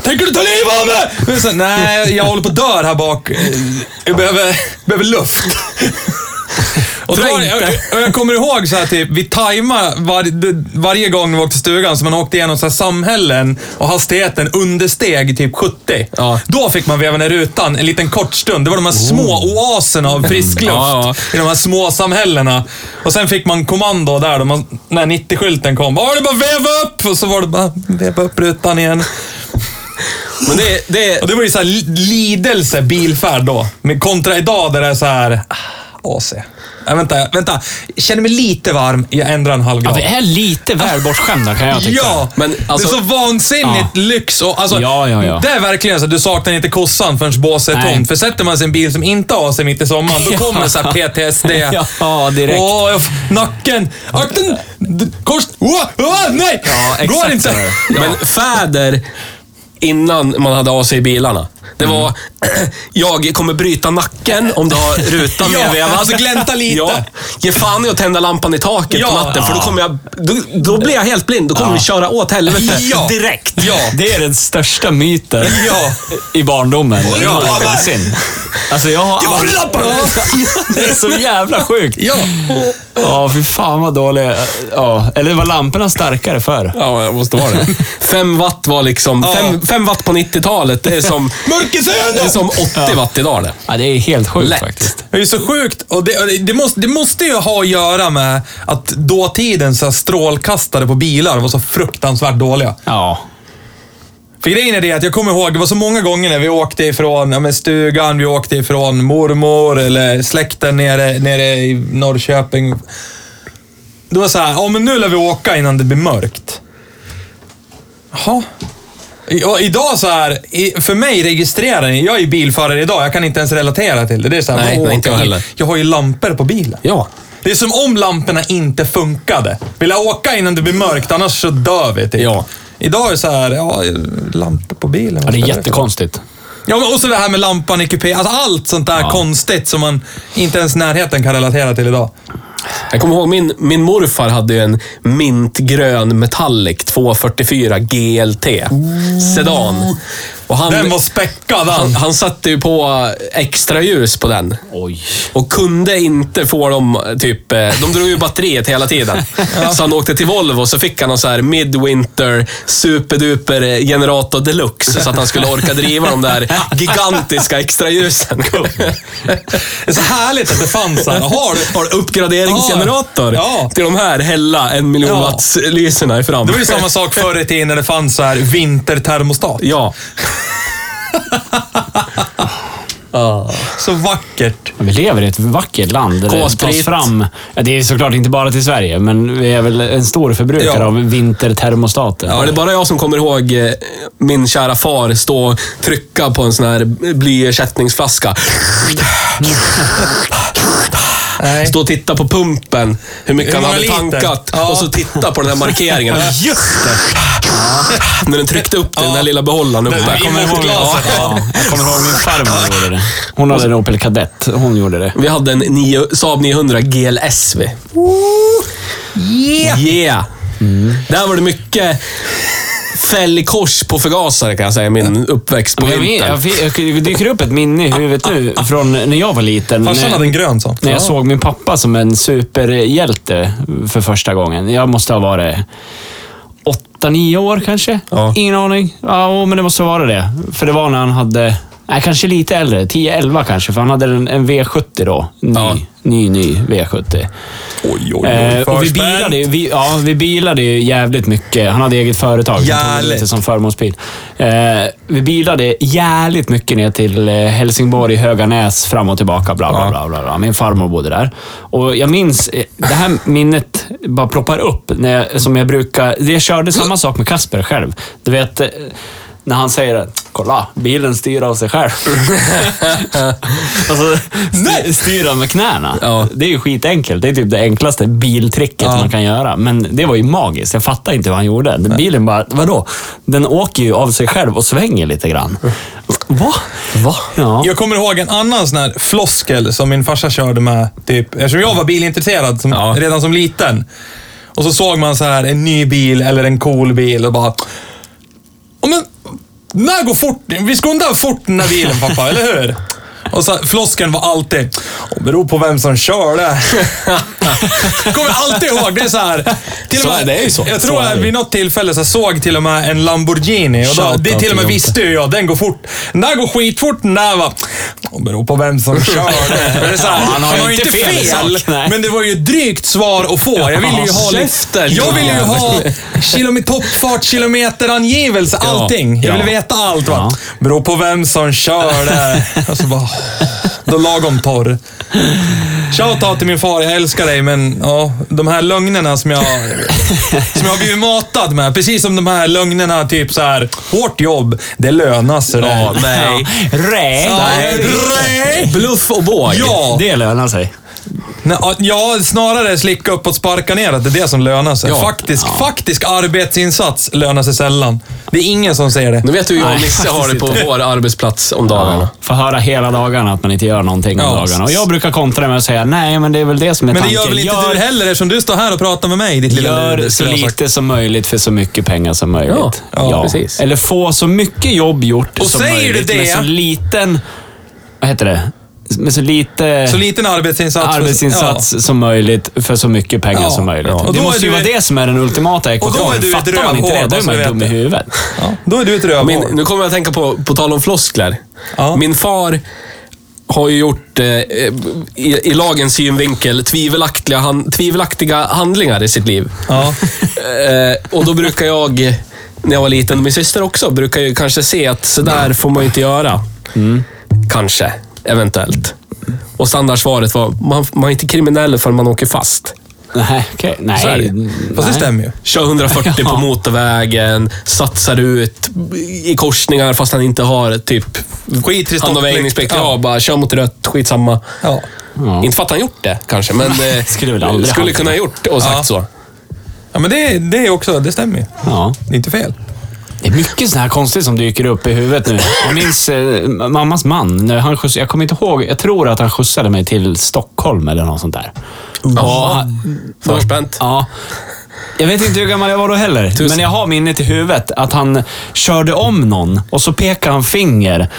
Speaker 3: Tänker du ta livet av mig? Och jag sa, Nej, jag håller på att dör här bak. Jag behöver, behöver luft. Och då var, det- jag, och jag kommer ihåg så här typ, vi tajmade var, varje gång vi åkte till stugan, så man åkte igenom så här samhällen och hastigheten understeg typ 70.
Speaker 4: Ja.
Speaker 3: Då fick man veva ner rutan en liten kort stund. Det var de här små oaserna av frisk luft
Speaker 4: Oh. Ja,
Speaker 3: i de här små samhällena. Och sen fick man kommando där, då man, när 90-skylten kom. Var det bara veva upp! Och så var det bara veva upp rutan igen.
Speaker 4: Men det, det,
Speaker 3: Och det var ju så här li- lidelse bilfärd då. Men kontra idag där det är så här ah, AC. Nej, vänta, vänta. Jag känner mig lite varm. Jag ändrar en halv
Speaker 2: Ja,
Speaker 3: grad.
Speaker 2: vi är lite väl bortskämda kan jag tycka.
Speaker 3: Ja,
Speaker 4: Men alltså-
Speaker 3: det är så vansinnigt
Speaker 2: Ja.
Speaker 3: lyx. Och, alltså,
Speaker 2: Ja, ja, ja.
Speaker 3: Det är verkligen så att du saknar inte kossan förrän båset är
Speaker 2: Nej.
Speaker 3: tomt. För sätter man sig i en bil som inte har sig mitt i sommaren, då kommer så här PTSD.
Speaker 2: Ja, direkt.
Speaker 3: Åh, jag f- nacken! Akten! D- Kors! Åh, åh, nej!
Speaker 2: Ja, exakt
Speaker 3: Går inte!
Speaker 2: så är det.
Speaker 4: Men fäder innan man hade AC i bilarna. Det var, jag kommer bryta nacken om du har rutan
Speaker 3: Mm. Ja,
Speaker 4: nedvevad.
Speaker 3: alltså glänta lite.
Speaker 4: Ja, ge fan i att tända lampan i taket
Speaker 3: Ja.
Speaker 4: på natten, för då, kommer jag, då, då blir jag helt blind. Då kommer vi köra åt helvete
Speaker 3: Ja.
Speaker 4: direkt.
Speaker 3: Ja.
Speaker 2: Det är den största myten
Speaker 3: Ja.
Speaker 2: i barndomen. Någonsin. Alltså jag har...
Speaker 3: Var är lampan?
Speaker 2: Det är så jävla sjukt.
Speaker 3: Ja.
Speaker 2: Ja, fy fan vad dålig. Ja, eller var lamporna starkare förr?
Speaker 4: Ja, jag måste vara det. Fem watt var liksom... Fem, fem watt på 90-talet, det är som, det är
Speaker 3: Mörkershögen!
Speaker 4: som 80 watt idag det.
Speaker 2: Ja, det är helt sjukt
Speaker 4: Lätt.
Speaker 2: faktiskt.
Speaker 3: Det är ju så sjukt. Och det, och det- det, måste, det måste ju ha att göra med att dåtidens så här strålkastare på bilar var så fruktansvärt dåliga.
Speaker 2: Ja.
Speaker 3: För grejen är det att jag kommer ihåg, det var så många gånger när vi åkte ifrån ja, men stugan, vi åkte ifrån mormor eller släkten nere, nere i Norrköping. Det var så här, ja men nu lär vi åka innan det blir mörkt. Jaha. I- Och idag så här, i- för mig registrerar ni, jag är ju bilförare idag, jag kan inte ens relatera till det. Det är så här,
Speaker 4: Nej,
Speaker 3: vad
Speaker 4: nej, inte
Speaker 3: åker
Speaker 4: jag
Speaker 3: bil?
Speaker 4: heller.
Speaker 3: Jag har ju lampor på bilen.
Speaker 4: Ja.
Speaker 3: Det är som om lamporna inte funkade. Vill jag åka innan det blir mörkt, annars så dör vi. Typ.
Speaker 4: Ja.
Speaker 3: Idag är det så här, ja, lampor på bilen.
Speaker 2: ja,
Speaker 3: vad
Speaker 2: det är
Speaker 3: spelar för roll?
Speaker 2: jättekonstigt.
Speaker 3: Ja, men och så det här med lampan i kupé. Alltså allt sånt där konstigt som man inte ens närheten kan relatera till idag.
Speaker 4: Jag kommer ihåg min, min morfar hade ju en mintgrön metallic 244 GLT sedan. Och han,
Speaker 3: Den var späckad
Speaker 4: han,
Speaker 3: han.
Speaker 4: han satte ju på eh, extra ljus på den.
Speaker 2: Oj.
Speaker 4: Och kunde inte få dem, typ, eh, de drog ju batteriet hela tiden. Så han åkte till Volvo och så fick han någon så här midwinter superduper eh, generator deluxe. Så att han skulle orka driva de där gigantiska extra ljusen.
Speaker 3: Det är så härligt att det fanns här. Har du?
Speaker 4: Har uppgraderingsgenerator
Speaker 3: Ja.
Speaker 4: till de här hella en miljon
Speaker 3: Ja.
Speaker 4: watts lyserna i fram.
Speaker 3: Det var ju samma sak förr i tiden när det fanns så här vintertermostat.
Speaker 4: Ja.
Speaker 3: Så vackert.
Speaker 2: Men Vi lever i ett vackert land. där Det
Speaker 4: K-sprit.
Speaker 2: tas fram. Ja, det är såklart inte bara till Sverige, men vi är väl en stor förbrukare
Speaker 3: Ja.
Speaker 2: av vintertermostater.
Speaker 4: Ja, det är bara jag som kommer ihåg eh, min kära far stå och trycka på en sån här blyersättningsflaska.
Speaker 3: Nej.
Speaker 4: Stå och titta på pumpen, hur mycket
Speaker 3: Hur
Speaker 4: han hade
Speaker 3: många liter?
Speaker 4: tankat.
Speaker 3: Ja.
Speaker 4: Och så titta på den här markeringen.
Speaker 2: Just det!
Speaker 4: När den tryckte upp den där lilla behållaren
Speaker 3: Den
Speaker 4: uppe.
Speaker 3: där
Speaker 2: Kommer ihåg, ja,
Speaker 3: glaset.
Speaker 2: jag kommer ihåg min farmor gjorde det. Hon hade en Opel Kadett. Hon gjorde det.
Speaker 4: Vi hade en 9, Saab 900 GLS. Vi. Yeah!
Speaker 3: Mm.
Speaker 4: Där var det mycket fälgkors på förgasare kan jag säga, min uppväxt på
Speaker 2: Men Jag, min-
Speaker 4: vintern.
Speaker 2: jag, fick- det dyker upp ett minne i huvudet nu från när jag var liten.
Speaker 3: Farsan
Speaker 2: När-
Speaker 3: hade en grön sån.
Speaker 2: När jag
Speaker 3: Ja.
Speaker 2: såg min pappa som en superhjälte för första gången. Jag måste ha varit åtta, nio år kanske.
Speaker 4: Ja.
Speaker 2: Ingen aning. Ja, åh, men det måste vara det. För det var när han hade, nej, kanske lite äldre, 10-11 kanske, för han hade en, en V70 då. Ny,
Speaker 4: Ja.
Speaker 2: ny, ny V70.
Speaker 3: Oj, oj, oj.
Speaker 2: Eh, och vi
Speaker 3: förspänt.
Speaker 2: bilade, ju- vi, ja, vi bilade ju jävligt mycket. Han hade eget företag. så han tog det
Speaker 3: Jävligt.
Speaker 2: Lite som förmånsbil. Eh, vi bilade jävligt mycket ner till eh, Helsingborg, Höganäs, fram och tillbaka. Bla, bla, bla, bla, bla. Min farmor bodde där. Och jag minns, eh, det här minnet bara ploppar upp. När jag, som jag brukar, jag körde samma sak med Kasper själv. Du vet, eh, när han säger att kolla, bilen styr av sig själv. alltså, styr, styr den med knäna.
Speaker 4: Ja.
Speaker 2: Det är ju skitenkelt. Det är typ det enklaste biltricket man kan göra. Men det var ju magiskt. Jag fattar inte vad han gjorde. Den bilen bara, vadå? Den åker ju av sig själv och svänger lite grann. Va? Va? Ja.
Speaker 3: Jag kommer ihåg en annan sån här floskel som min farsa körde med. Typ, eftersom jag var bilintresserad som,
Speaker 4: Ja.
Speaker 3: redan som liten. Och så såg man så här en ny bil eller en cool bil och bara... "Ja, Men, när går fort? Vi ska inte ha fort den här bilen pappa, eller hur? Och så flosken var alltid, det beror på vem som kör det. Kommer jag alltid ihåg. Det är så här. Till och
Speaker 4: Så
Speaker 3: med,
Speaker 4: är det, det är ju så.
Speaker 3: Jag
Speaker 4: Så
Speaker 3: tror
Speaker 4: är
Speaker 3: jag
Speaker 4: det.
Speaker 3: vid något tillfälle så såg till och med en Lamborghini. Och då,
Speaker 2: Shoutout
Speaker 3: det till och med
Speaker 2: till
Speaker 3: visste ju jag, den går fort. Den där går skitfort, den där var... Det beror på vem som kör det. Men det är så här,
Speaker 2: Ja, han har ju
Speaker 3: ju
Speaker 2: inte fel i sak, nej.
Speaker 3: men det var ju ett drygt svar att få. Jag ville ju ha,
Speaker 4: käften,
Speaker 3: jag ville ju
Speaker 4: jävel.
Speaker 3: ha kilometer, toppfart, kilometerangivelse, allting. Jag ville
Speaker 4: ja.
Speaker 3: veta allt. Va?
Speaker 2: Ja.
Speaker 3: Beror på vem som kör det. Och så bara... Då lagom torr. Shoutout till min far, jag älskar dig, men ja, de här lögnerna som jag, som jag har blivit matad med. Precis som de här lögnerna, typ så här, hårt jobb, det lönar sig.
Speaker 4: Ja,
Speaker 3: det.
Speaker 4: nej.
Speaker 2: Rä.
Speaker 3: Ja, nej.
Speaker 4: Bluff och båg.
Speaker 3: Ja.
Speaker 2: Det lönar sig.
Speaker 3: Nej, Ja, snarare slicka upp och sparka ner. Det är det som lönar sig.
Speaker 4: Ja.
Speaker 3: Faktisk, faktisk arbetsinsats lönar sig sällan. Det är ingen som säger det.
Speaker 4: Nu vet du hur jag och
Speaker 2: Nej,
Speaker 4: Nisse har det på vår arbetsplats om
Speaker 2: Ja,
Speaker 4: dagarna.
Speaker 2: får höra hela dagarna att man inte gör någonting om
Speaker 3: Ja.
Speaker 2: dagarna. Och jag brukar kontra med att säga, nej men det är väl det som är
Speaker 3: Men det
Speaker 2: tanken.
Speaker 3: gör väl inte
Speaker 2: gör,
Speaker 3: du heller eftersom du står här och pratar med mig, ditt lilla
Speaker 2: Gör
Speaker 3: lur,
Speaker 2: så
Speaker 3: skulle jag ha sagt.
Speaker 2: lite som möjligt för så mycket pengar som möjligt.
Speaker 4: Ja, ja, precis.
Speaker 2: Eller få så mycket jobb gjort
Speaker 3: Och
Speaker 2: som
Speaker 3: säger du
Speaker 2: möjligt
Speaker 3: det-
Speaker 2: med så liten... Vad heter det? Med så lite...
Speaker 3: Så liten arbetsinsats.
Speaker 2: arbetsinsats som möjligt för så mycket pengar
Speaker 3: Ja.
Speaker 2: som möjligt.
Speaker 3: Ja. Och
Speaker 2: det
Speaker 3: då
Speaker 2: måste
Speaker 3: är
Speaker 2: ju
Speaker 3: du
Speaker 2: vara
Speaker 3: ett-
Speaker 2: det som är den ultimata
Speaker 3: då är
Speaker 2: ekvationen.
Speaker 3: du ett
Speaker 2: Fattar man inte det,
Speaker 3: rövhål,
Speaker 2: då är man ju
Speaker 3: så vet
Speaker 2: dum i
Speaker 3: det.
Speaker 2: huvudet.
Speaker 3: Ja. Ja. Då är du ett rövhål.
Speaker 4: Min, nu kommer jag att tänka på, på tal om floskler.
Speaker 3: Ja.
Speaker 4: Min far har ju gjort, eh, i, i lagens synvinkel, tvivelaktiga, han, tvivelaktiga handlingar i sitt liv.
Speaker 3: Ja.
Speaker 4: Eh, och då brukar jag, eh, när jag var liten, och min syster också, brukar ju kanske se att
Speaker 3: Mm.
Speaker 4: sådär får man ju inte göra. Kanske, eventuellt. Och standardsvaret var, man, man är inte kriminell förrän man åker fast.
Speaker 2: Nej, okej.
Speaker 4: Så är det
Speaker 2: Nej.
Speaker 4: ju.
Speaker 3: Fast det
Speaker 2: nej.
Speaker 3: stämmer ju.
Speaker 4: Kör 140 på motorvägen, satsar ut i korsningar fast han inte har typ
Speaker 3: Skit i
Speaker 4: hand och
Speaker 3: stopplikt.
Speaker 4: väjningsplikt.
Speaker 3: Ja.
Speaker 4: Ja, bara kör mot rött, skitsamma.
Speaker 3: Ja.
Speaker 2: Ja.
Speaker 4: Inte för att han gjort det kanske, men eh,
Speaker 2: Skulle väl aldrig
Speaker 4: skulle
Speaker 2: ha.
Speaker 4: kunna ha gjort och sagt
Speaker 3: Ja.
Speaker 4: så.
Speaker 3: ja, men det, det är också, det stämmer ju.
Speaker 2: Ja.
Speaker 3: Det är inte fel.
Speaker 2: Det är mycket sånt här konstigt som dyker upp i huvudet nu. Jag minns eh, mammas man. När han skjuts, jag kommer inte ihåg. Jag tror att han skjutsade mig till Stockholm eller något sånt där. Och han-
Speaker 4: Förspänt.
Speaker 2: Ja. Jag vet inte hur gammal jag var då heller, men jag har minnet i huvudet att han körde om någon och så pekade han finger.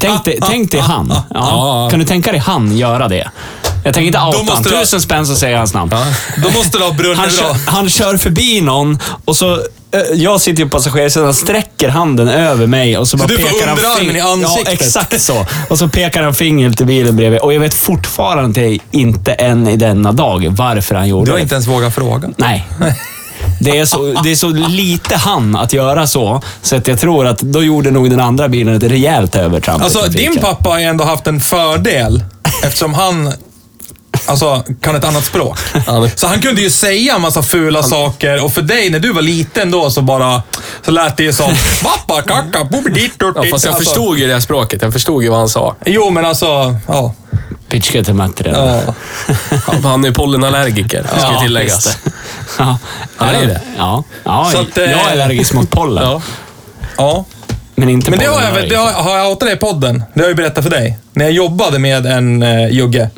Speaker 2: Tänk dig, tänk dig han. Ja. Kan du tänka dig han göra det? Jag tänker inte outa han.
Speaker 3: måste du-
Speaker 2: Tusen spänn så säger jag hans namn.
Speaker 3: Då måste det ha
Speaker 2: Han
Speaker 3: brunnit bra.
Speaker 2: kör, han kör förbi någon och så... eh, Jag sitter ju på passagerarsidan, sträcker handen över mig och så bara
Speaker 3: du får
Speaker 2: pekar han
Speaker 3: underarmen
Speaker 2: fing-
Speaker 3: i ansiktet.
Speaker 2: Ja, exakt så. Och så pekar han fingret till bilen bredvid. Och jag vet fortfarande inte än i denna dag varför han gjorde
Speaker 3: Du har
Speaker 2: det.
Speaker 3: inte ens vågat fråga.
Speaker 2: Nej. Det är, så, det är så lite han att göra så, så att jag tror att då gjorde nog den andra bilen ett rejält övertramp. i
Speaker 3: Alltså,
Speaker 2: trafiken.
Speaker 3: din pappa har ju ändå haft en fördel eftersom han alltså, kan ett annat språk. Så han kunde ju säga en massa fula saker och för dig när du var liten då så bara så lät det ju som pappa kacka boobidittot.
Speaker 4: Ja, fast jag förstod ju det här språket. Jag förstod ju vad han sa.
Speaker 3: Alltså, Jo, men alltså, ja.
Speaker 2: Pitchka till Matti redan.
Speaker 3: ja.
Speaker 4: Han är ju pollenallergiker, ska ju
Speaker 2: Ja,
Speaker 4: tilläggas.
Speaker 2: just det. Ja.
Speaker 4: Han är det.
Speaker 2: Ja. ja
Speaker 3: Så att, eh,
Speaker 2: jag är allergisk mot pollen.
Speaker 4: Ja.
Speaker 3: ja.
Speaker 2: Men inte
Speaker 3: Men det har jag,
Speaker 2: pollenallergiker.
Speaker 3: väl- det har, har jag outat dig i podden. Det har jag ju berättat för dig. När jag jobbade med en eh, jugge.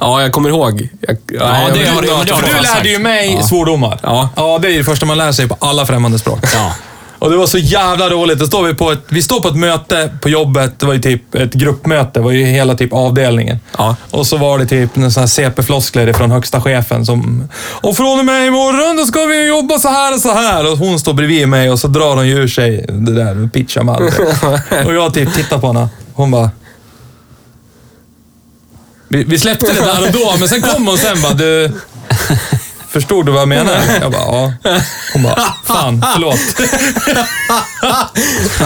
Speaker 4: ja, jag kommer ihåg. Jag, nej, jag
Speaker 2: det
Speaker 4: vet
Speaker 2: har du-
Speaker 4: inte vad
Speaker 2: men det
Speaker 4: jag
Speaker 2: har
Speaker 3: För
Speaker 4: tror.
Speaker 3: du
Speaker 2: fan
Speaker 3: lärde
Speaker 2: sagt.
Speaker 3: ju mig
Speaker 2: Ja.
Speaker 3: svordomar.
Speaker 4: Ja.
Speaker 3: ja, det är ju det första man lär sig på alla främmande språk.
Speaker 2: Ja.
Speaker 3: Och det var så jävla roligt. Då står vi, på ett, vi står på ett möte på jobbet. Det var ju typ ett gruppmöte. Det var ju hela typ avdelningen.
Speaker 4: Ja.
Speaker 3: Och så var det typ en sån här CP-floskler från högsta chefen som... Och från och med imorgon då ska vi jobba så här och så här. Och hon står bredvid mig och så drar hon ju ur sig det där pitcha med allt. Och jag typ tittar på henne. Hon bara... Vi, vi släppte det där och då, men sen kom hon sen bara du... Förstod du vad jag menar? Jag bara, ja. Hon bara, fan, förlåt.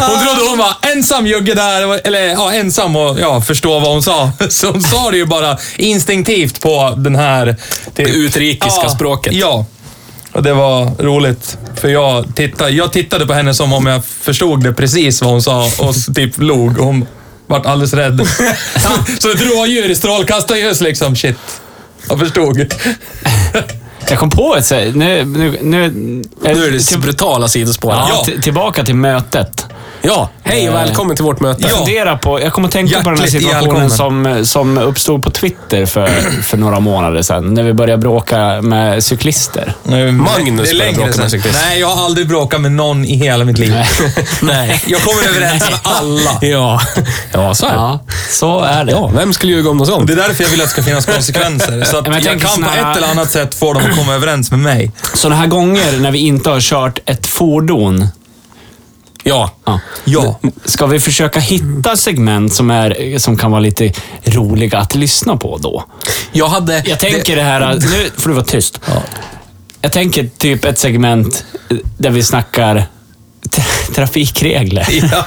Speaker 3: Hon trodde hon var ensam jugge där, eller ja, ensam och ja, förstå vad hon sa. Så hon sa det ju bara instinktivt på den här... Typ,
Speaker 4: Det utrikiska
Speaker 3: ja,
Speaker 4: språket.
Speaker 3: Ja. Och det var roligt, för jag, titta, jag tittade på henne som om jag förstod det precis vad hon sa och s- typ log. Och hon vart alldeles rädd. Som ett rådjur i strålkastarljus liksom. Shit. Jag förstod.
Speaker 2: Jag kom på ett så här- nu, nu, nu,
Speaker 4: Nu är det brutala sidospår.
Speaker 2: Ja,
Speaker 3: Ja.
Speaker 2: t- Tillbaka till mötet.
Speaker 4: Ja, hej och välkommen till vårt möte.
Speaker 3: Ja.
Speaker 2: Jag funderar på, jag kommer att tänka på den här
Speaker 3: Hjärtligt
Speaker 2: situationen som, som uppstod på Twitter för, för några månader sedan. När vi började bråka med cyklister.
Speaker 3: Nej, men-
Speaker 4: Magnus
Speaker 3: det är
Speaker 4: började
Speaker 3: längre
Speaker 4: bråka med
Speaker 3: sedan.
Speaker 4: cyklist.
Speaker 3: Nej, jag har aldrig bråkat med någon i hela mitt liv. Nej. Jag kommer överens med alla.
Speaker 4: Ja. ja, så är det.
Speaker 2: Ja,
Speaker 4: Ja.
Speaker 2: så är det.
Speaker 4: vem skulle ljuga om något sånt?
Speaker 3: Det är därför jag vill att det ska finnas konsekvenser. Så att
Speaker 2: Men jag
Speaker 3: jag,
Speaker 2: tänker
Speaker 3: kan på
Speaker 2: såna-
Speaker 3: ett eller annat sätt få dem att komma överens med mig.
Speaker 2: Sådana här gånger när vi inte har kört ett fordon.
Speaker 4: Ja.
Speaker 2: Ja.
Speaker 3: Ja.
Speaker 2: Ska vi försöka hitta segment som, är, som kan vara lite roliga att lyssna på då?
Speaker 4: Jag hade...
Speaker 2: Jag tänker det här... Nu får du vara tyst. Jag tänker typ ett segment där vi snackar t- trafikregler.
Speaker 3: ja.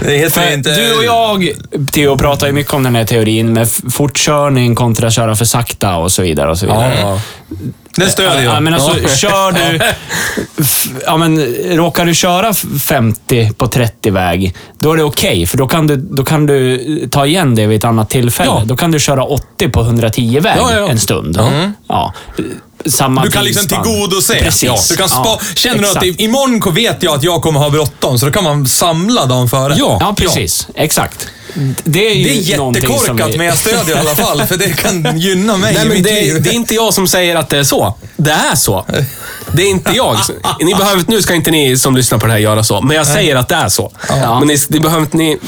Speaker 3: Det heter
Speaker 2: För
Speaker 3: inte...
Speaker 2: Du och jag, Theo, pratar ju mycket om den här teorin med f- fortkörning kontra köra för sakta och så vidare. Och så vidare.
Speaker 3: Ja. Det stödjer
Speaker 2: Ja,
Speaker 3: jag.
Speaker 2: men alltså,
Speaker 3: Ja.
Speaker 2: kör du... f- Ja, men, råkar du köra f- 50 på 30-väg, då är det okej. för då kan, du, då kan du eh, ta igen det vid ett annat tillfälle.
Speaker 4: Ja.
Speaker 2: Då kan du köra 80 på 110-väg
Speaker 4: Ja, ja, ja.
Speaker 2: en stund. Ja. Samma
Speaker 3: Mm. Du kan liksom
Speaker 2: tidsspann.
Speaker 3: tillgodose.
Speaker 2: Precis.
Speaker 3: Du kan spa...
Speaker 2: Ja,
Speaker 3: Känner du att
Speaker 2: exakt.
Speaker 3: det- imorgon kom- vet jag att jag kommer ha bråttom, så då kan man samla dagen före.
Speaker 4: Ja.
Speaker 2: Ja, precis. Exakt. Det är ju
Speaker 3: Det är
Speaker 2: någonting som
Speaker 3: jättekorkat,
Speaker 2: vi...
Speaker 3: men jag stödjer i alla fall, för det kan gynna mig
Speaker 4: Nej,
Speaker 3: i
Speaker 4: men
Speaker 3: mitt
Speaker 4: det,
Speaker 3: liv.
Speaker 4: det är inte jag som säger att det är så. Det är så. Det är inte jag. Ni behöver, nu ska inte ni som lyssnar på det här göra så, men jag säger att det är så.
Speaker 2: Ja.
Speaker 4: Men ni, ni behöver inte... Ni,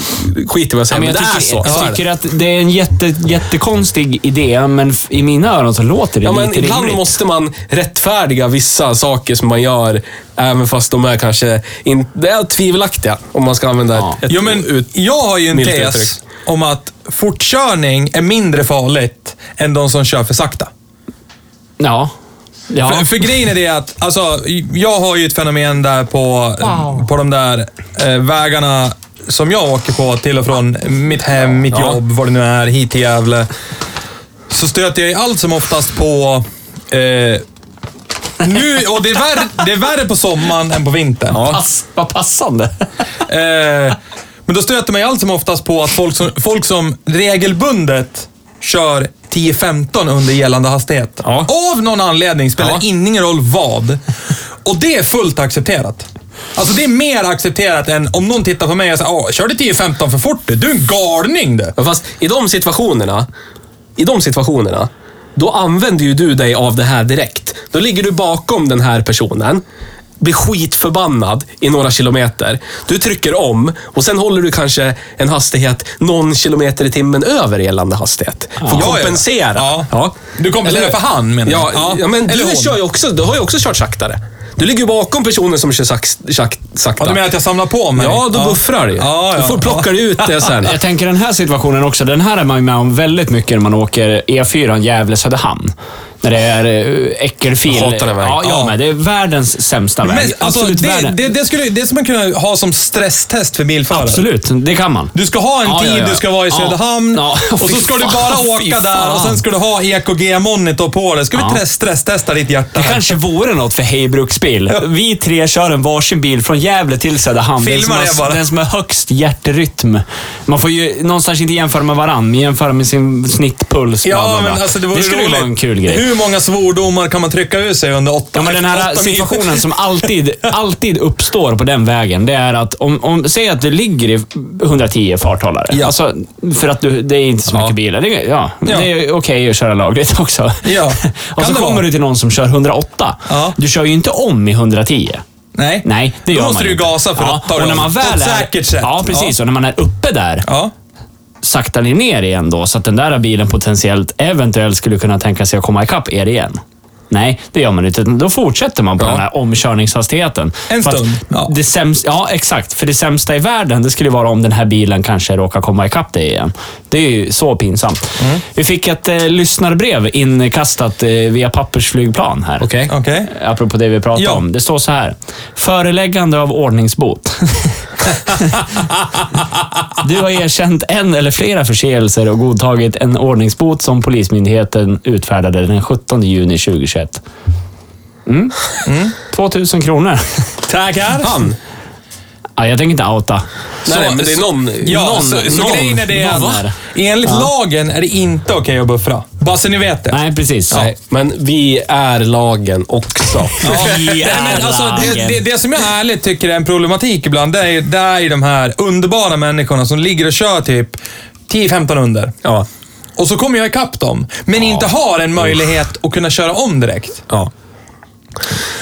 Speaker 4: skit i vad jag
Speaker 2: Ja,
Speaker 4: säger,
Speaker 2: men
Speaker 4: men,
Speaker 2: jag
Speaker 4: det
Speaker 2: tycker,
Speaker 4: är så. så är
Speaker 2: jag
Speaker 4: det.
Speaker 2: tycker att det är en jätte, jättekonstig idé, men f- i mina öron så låter det
Speaker 4: Ja, men
Speaker 2: lite
Speaker 4: ibland
Speaker 2: rimligt.
Speaker 4: måste man rättfärdiga vissa saker som man gör, även fast de är kanske in, det är tvivelaktiga, om man ska använda
Speaker 2: Ja.
Speaker 4: ett, ett
Speaker 3: Jo, men jag har ju en
Speaker 4: milt
Speaker 3: tes
Speaker 4: uttryck.
Speaker 3: om att fortkörning är mindre farligt än de som kör för sakta.
Speaker 2: Ja. ja.
Speaker 3: För, för grejen är det att, alltså, jag har ju ett fenomen där på, på de där eh, vägarna som jag åker på till och från mitt hem, mitt jobb, vad det nu är, hit till Gävle. Så stöter jag ju allt som oftast på... Eh, nu, och det är, värre, det är värre på sommaren än på vintern.
Speaker 2: Pass, vad passande.
Speaker 3: Eh, men då stöter man ju allt som oftast på att folk som, folk som regelbundet kör 10-15 under gällande hastighet.
Speaker 4: Ja.
Speaker 3: Av någon anledning spelar
Speaker 4: Ja.
Speaker 3: ingen roll vad. Och det är fullt accepterat. Alltså det är mer accepterat än om någon tittar på mig och säger "Åh, kör du 10-15 för fort? Du är en galning du!
Speaker 4: Ja, Fast i de situationerna, i de situationerna, då använder ju du dig av det här direkt. Då ligger du bakom den här personen, blir skitförbannad i några kilometer. Du trycker om och sen håller du kanske en hastighet någon kilometer i timmen över gällande hastighet. För att
Speaker 3: Ja, ja.
Speaker 4: kompensera.
Speaker 3: Ja. Du kompenserar
Speaker 4: Eller-
Speaker 3: för han, menar
Speaker 4: ja,
Speaker 3: jag. Ja.
Speaker 4: ja, men
Speaker 3: Eller
Speaker 4: du,
Speaker 3: hon.
Speaker 4: kör ju också, du har ju också kört saktare. Du ligger ju bakom personen som kör sak, sak, sakta.
Speaker 3: Ja, du menar att jag samlar på mig?
Speaker 4: Ja, då buffrar det ju.
Speaker 3: Ja, ja.
Speaker 4: Du får plocka ut det sen.
Speaker 2: Jag tänker den här situationen också. Den här är man ju med om väldigt mycket när man åker E E4 Gävle-Söderhamn. När det är eh, äckelfil.
Speaker 4: Jag hatar den vägen.
Speaker 2: Ja, jag
Speaker 3: Ja.
Speaker 2: med. Det är världens sämsta väg.
Speaker 3: Men, alltså,
Speaker 2: Absolut
Speaker 3: det,
Speaker 2: världen.
Speaker 3: det, det, skulle, det skulle man kunna ha som stresstest för bilförare.
Speaker 2: Absolut, det kan man.
Speaker 3: Du ska ha en
Speaker 2: Ja,
Speaker 3: tid
Speaker 2: ja, ja.
Speaker 3: du ska vara i
Speaker 2: Ja.
Speaker 3: Söderhamn
Speaker 2: Ja,
Speaker 3: och
Speaker 2: fy
Speaker 3: så ska
Speaker 2: fan,
Speaker 3: du bara
Speaker 2: fy
Speaker 3: åka där och sen
Speaker 2: fan.
Speaker 3: ska du ha EKG-monitor på dig. Ska
Speaker 2: Ja.
Speaker 3: vi tre- stresstesta ditt hjärta?
Speaker 2: Det kanske vore något för Hej Bruksbil. Vi tre kör en varsin bil från Gävle till Söderhamn. Den som,
Speaker 3: Filmar det
Speaker 2: har,
Speaker 3: bara.
Speaker 2: den som har högst hjärtrytm. Man får ju någonstans inte jämföra med varann, men jämföra med sin snittpuls. bla, bla,
Speaker 3: Ja,
Speaker 2: bla.
Speaker 3: men alltså det vore
Speaker 2: skulle
Speaker 3: roligt.
Speaker 2: vara en kul grej.
Speaker 3: Hur många svordomar kan man trycka ur sig under åtta
Speaker 2: Ja, men den här
Speaker 3: åtta mil?
Speaker 2: situationen som alltid, alltid uppstår på den vägen, det är att om, om säg att du ligger i 110 farthållare.
Speaker 3: Ja.
Speaker 2: Alltså, för att du, det är inte så mycket bilar. Det, är- ja,
Speaker 3: Ja.
Speaker 2: det är okej att köra lagligt också.
Speaker 3: Ja.
Speaker 2: Och så
Speaker 3: Kan det
Speaker 2: kommer
Speaker 3: vara?
Speaker 2: du till någon som kör 108.
Speaker 3: Ja.
Speaker 2: Du kör ju inte om i 110.
Speaker 3: Nej.
Speaker 2: Nej, det gör
Speaker 3: Då
Speaker 2: man
Speaker 3: måste du ju
Speaker 2: inte.
Speaker 3: gasa för
Speaker 2: ja,
Speaker 3: att ta
Speaker 2: och
Speaker 3: det
Speaker 2: när man
Speaker 3: om.
Speaker 2: väl
Speaker 3: På ett
Speaker 2: är,
Speaker 3: säkert sätt.
Speaker 2: Ja, precis. Och när man är uppe där
Speaker 3: Ja.
Speaker 2: saktar ni ner igen då, så att den där bilen potentiellt eventuellt skulle kunna tänka sig att komma ikapp er igen. Nej, det gör man inte. utan Då fortsätter man på den här omkörningshastigheten.
Speaker 3: En
Speaker 2: För att
Speaker 3: stund, ja.
Speaker 2: Det sämsta, ja, exakt. För det sämsta i världen, det skulle vara om den här bilen kanske råkar komma ikapp dig igen. Det är ju så pinsamt.
Speaker 3: Mm.
Speaker 2: Vi fick ett eh, lyssnarbrev inkastat eh, via pappersflygplan här.
Speaker 4: Okej.
Speaker 3: ja. Okej.
Speaker 2: Eh, Apropå det vi pratade
Speaker 3: Ja.
Speaker 2: om. Det står så här. Föreläggande av ordningsbot. Du har erkänt en eller flera förseelser och godtagit en ordningsbot som Polismyndigheten utfärdade den 17 juni 2021. Mm. 2000 kronor.
Speaker 4: Tackar. Han.
Speaker 2: Ja, jag tänker inte outa.
Speaker 4: Nej, nej, men det är någon...
Speaker 3: Ja,
Speaker 4: någon,
Speaker 3: så, så
Speaker 4: någon,
Speaker 3: grejen är det
Speaker 2: någon
Speaker 3: att
Speaker 2: är det.
Speaker 3: enligt lagen är det inte okej att buffra. Bara så ni vet det.
Speaker 2: Nej, precis.
Speaker 4: Nej, men vi är lagen också.
Speaker 2: Vi är
Speaker 3: Nej, men alltså, det,
Speaker 2: lagen.
Speaker 3: det, det som jag ärligt tycker är en problematik ibland, det är, ju- det är ju de här underbara människorna som ligger och kör typ 10-15 under.
Speaker 4: Ja.
Speaker 3: Och så kommer jag ikapp dem, men inte har en möjlighet att kunna köra om direkt.
Speaker 4: ja.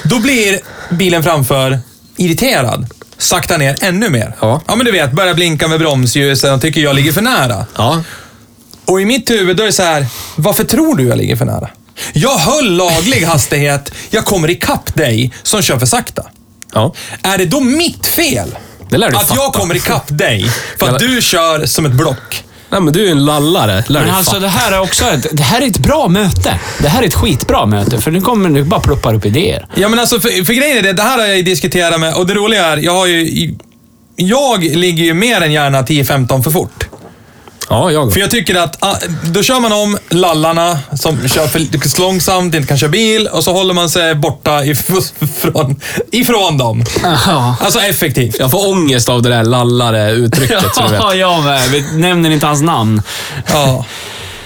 Speaker 3: Då blir bilen framför irriterad. Sakta ner ännu mer.
Speaker 4: Ja.
Speaker 3: men du vet, börjar blinka med bromsljusen och tycker jag ligger för nära.
Speaker 4: Ja.
Speaker 3: Och i mitt huvud då är det så här, varför tror du jag ligger för nära? Jag höll laglig hastighet, jag kommer ikapp dig som kör för sakta.
Speaker 4: ja.
Speaker 3: Är det då mitt fel?
Speaker 4: Det lär du
Speaker 3: att
Speaker 4: fatta.
Speaker 3: jag kommer ikapp dig för att du kör som ett block.
Speaker 4: Nej, men du är en lallare. Lär
Speaker 2: Men
Speaker 4: dig
Speaker 2: alltså
Speaker 4: fan.
Speaker 2: det här är också ett, det här är ett bra möte. Det här är ett skitbra möte, för nu kommer nu bara pluppar upp idéer.
Speaker 3: Ja, men alltså, för, för grejen är det, det här har jag ju diskuterat med, och det roliga är, jag har ju... i- Jag ligger ju mer än gärna 10-15 för fort.
Speaker 4: Ja, jag
Speaker 3: För jag tycker att ah, då kör man om lallarna som kör för långsamt, inte kan köra bil och så håller man sig borta ifrån, ifrån dem.
Speaker 2: Ja,
Speaker 3: Alltså effektivt.
Speaker 4: Jag får ångest av det där lallare-uttrycket. så du vet.
Speaker 2: jag med. Vi nämner inte hans namn.
Speaker 3: Ja.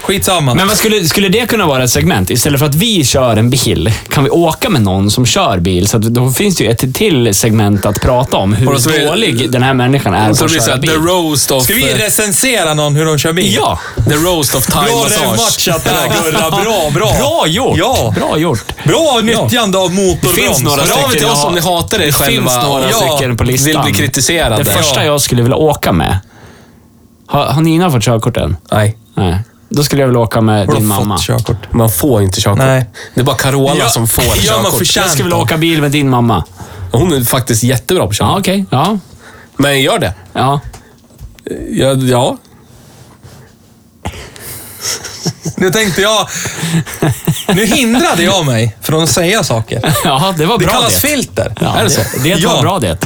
Speaker 3: Skitsamma.
Speaker 2: Men vad skulle, skulle det kunna vara ett segment? Istället för att vi kör en bil, kan vi åka med någon som kör bil? Så att, då finns det ju ett till segment att prata om. Hur
Speaker 4: Och så blir-
Speaker 2: dålig den här människan är på
Speaker 4: Så det
Speaker 2: att
Speaker 4: blir
Speaker 2: köra
Speaker 4: såhär, the
Speaker 2: bil.
Speaker 4: roast of... eh,
Speaker 3: Ska vi recensera någon hur de kör bil?
Speaker 2: Ja!
Speaker 4: The roast of time
Speaker 3: Bra
Speaker 4: massage.
Speaker 3: rematchat där Gurra. Bra, bra.
Speaker 2: Bra gjort!
Speaker 3: Ja.
Speaker 2: Bra gjort!
Speaker 3: Bra nyttjande av motorbroms.
Speaker 2: Det finns några
Speaker 4: Hör av er till
Speaker 2: stycken
Speaker 4: oss
Speaker 2: jag-
Speaker 4: om ni hatar er
Speaker 2: Det
Speaker 4: själva
Speaker 2: finns några
Speaker 4: och
Speaker 3: Ja.
Speaker 2: stycken på listan.
Speaker 4: vill bli kritiserade.
Speaker 2: Det första jag skulle vilja åka med. Har, har Nina fått körkort än?
Speaker 4: Nej,
Speaker 2: Nej. Då skulle jag vilja åka med
Speaker 3: Har
Speaker 2: din
Speaker 3: du
Speaker 2: mamma.
Speaker 3: fått körkort?
Speaker 4: man får inte körkort.
Speaker 3: Nej.
Speaker 4: Det är bara Carola
Speaker 3: Ja,
Speaker 4: som får
Speaker 3: ja, man
Speaker 4: körkort.
Speaker 3: förtjänar-
Speaker 2: Jag skulle vilja åka bil med din mamma.
Speaker 4: Hon är faktiskt jättebra på körkort.
Speaker 2: Ja, okej. Ja.
Speaker 4: Men gör det.
Speaker 2: ja.
Speaker 4: Ja, ja.
Speaker 3: Nu tänkte jag... Nu hindrade jag mig från att säga saker.
Speaker 2: Ja, det var
Speaker 3: Det
Speaker 2: bra
Speaker 3: kallas
Speaker 2: det.
Speaker 3: filter.
Speaker 2: Ja,
Speaker 4: Är det så?
Speaker 2: Det, det var
Speaker 3: Ja.
Speaker 2: bra det.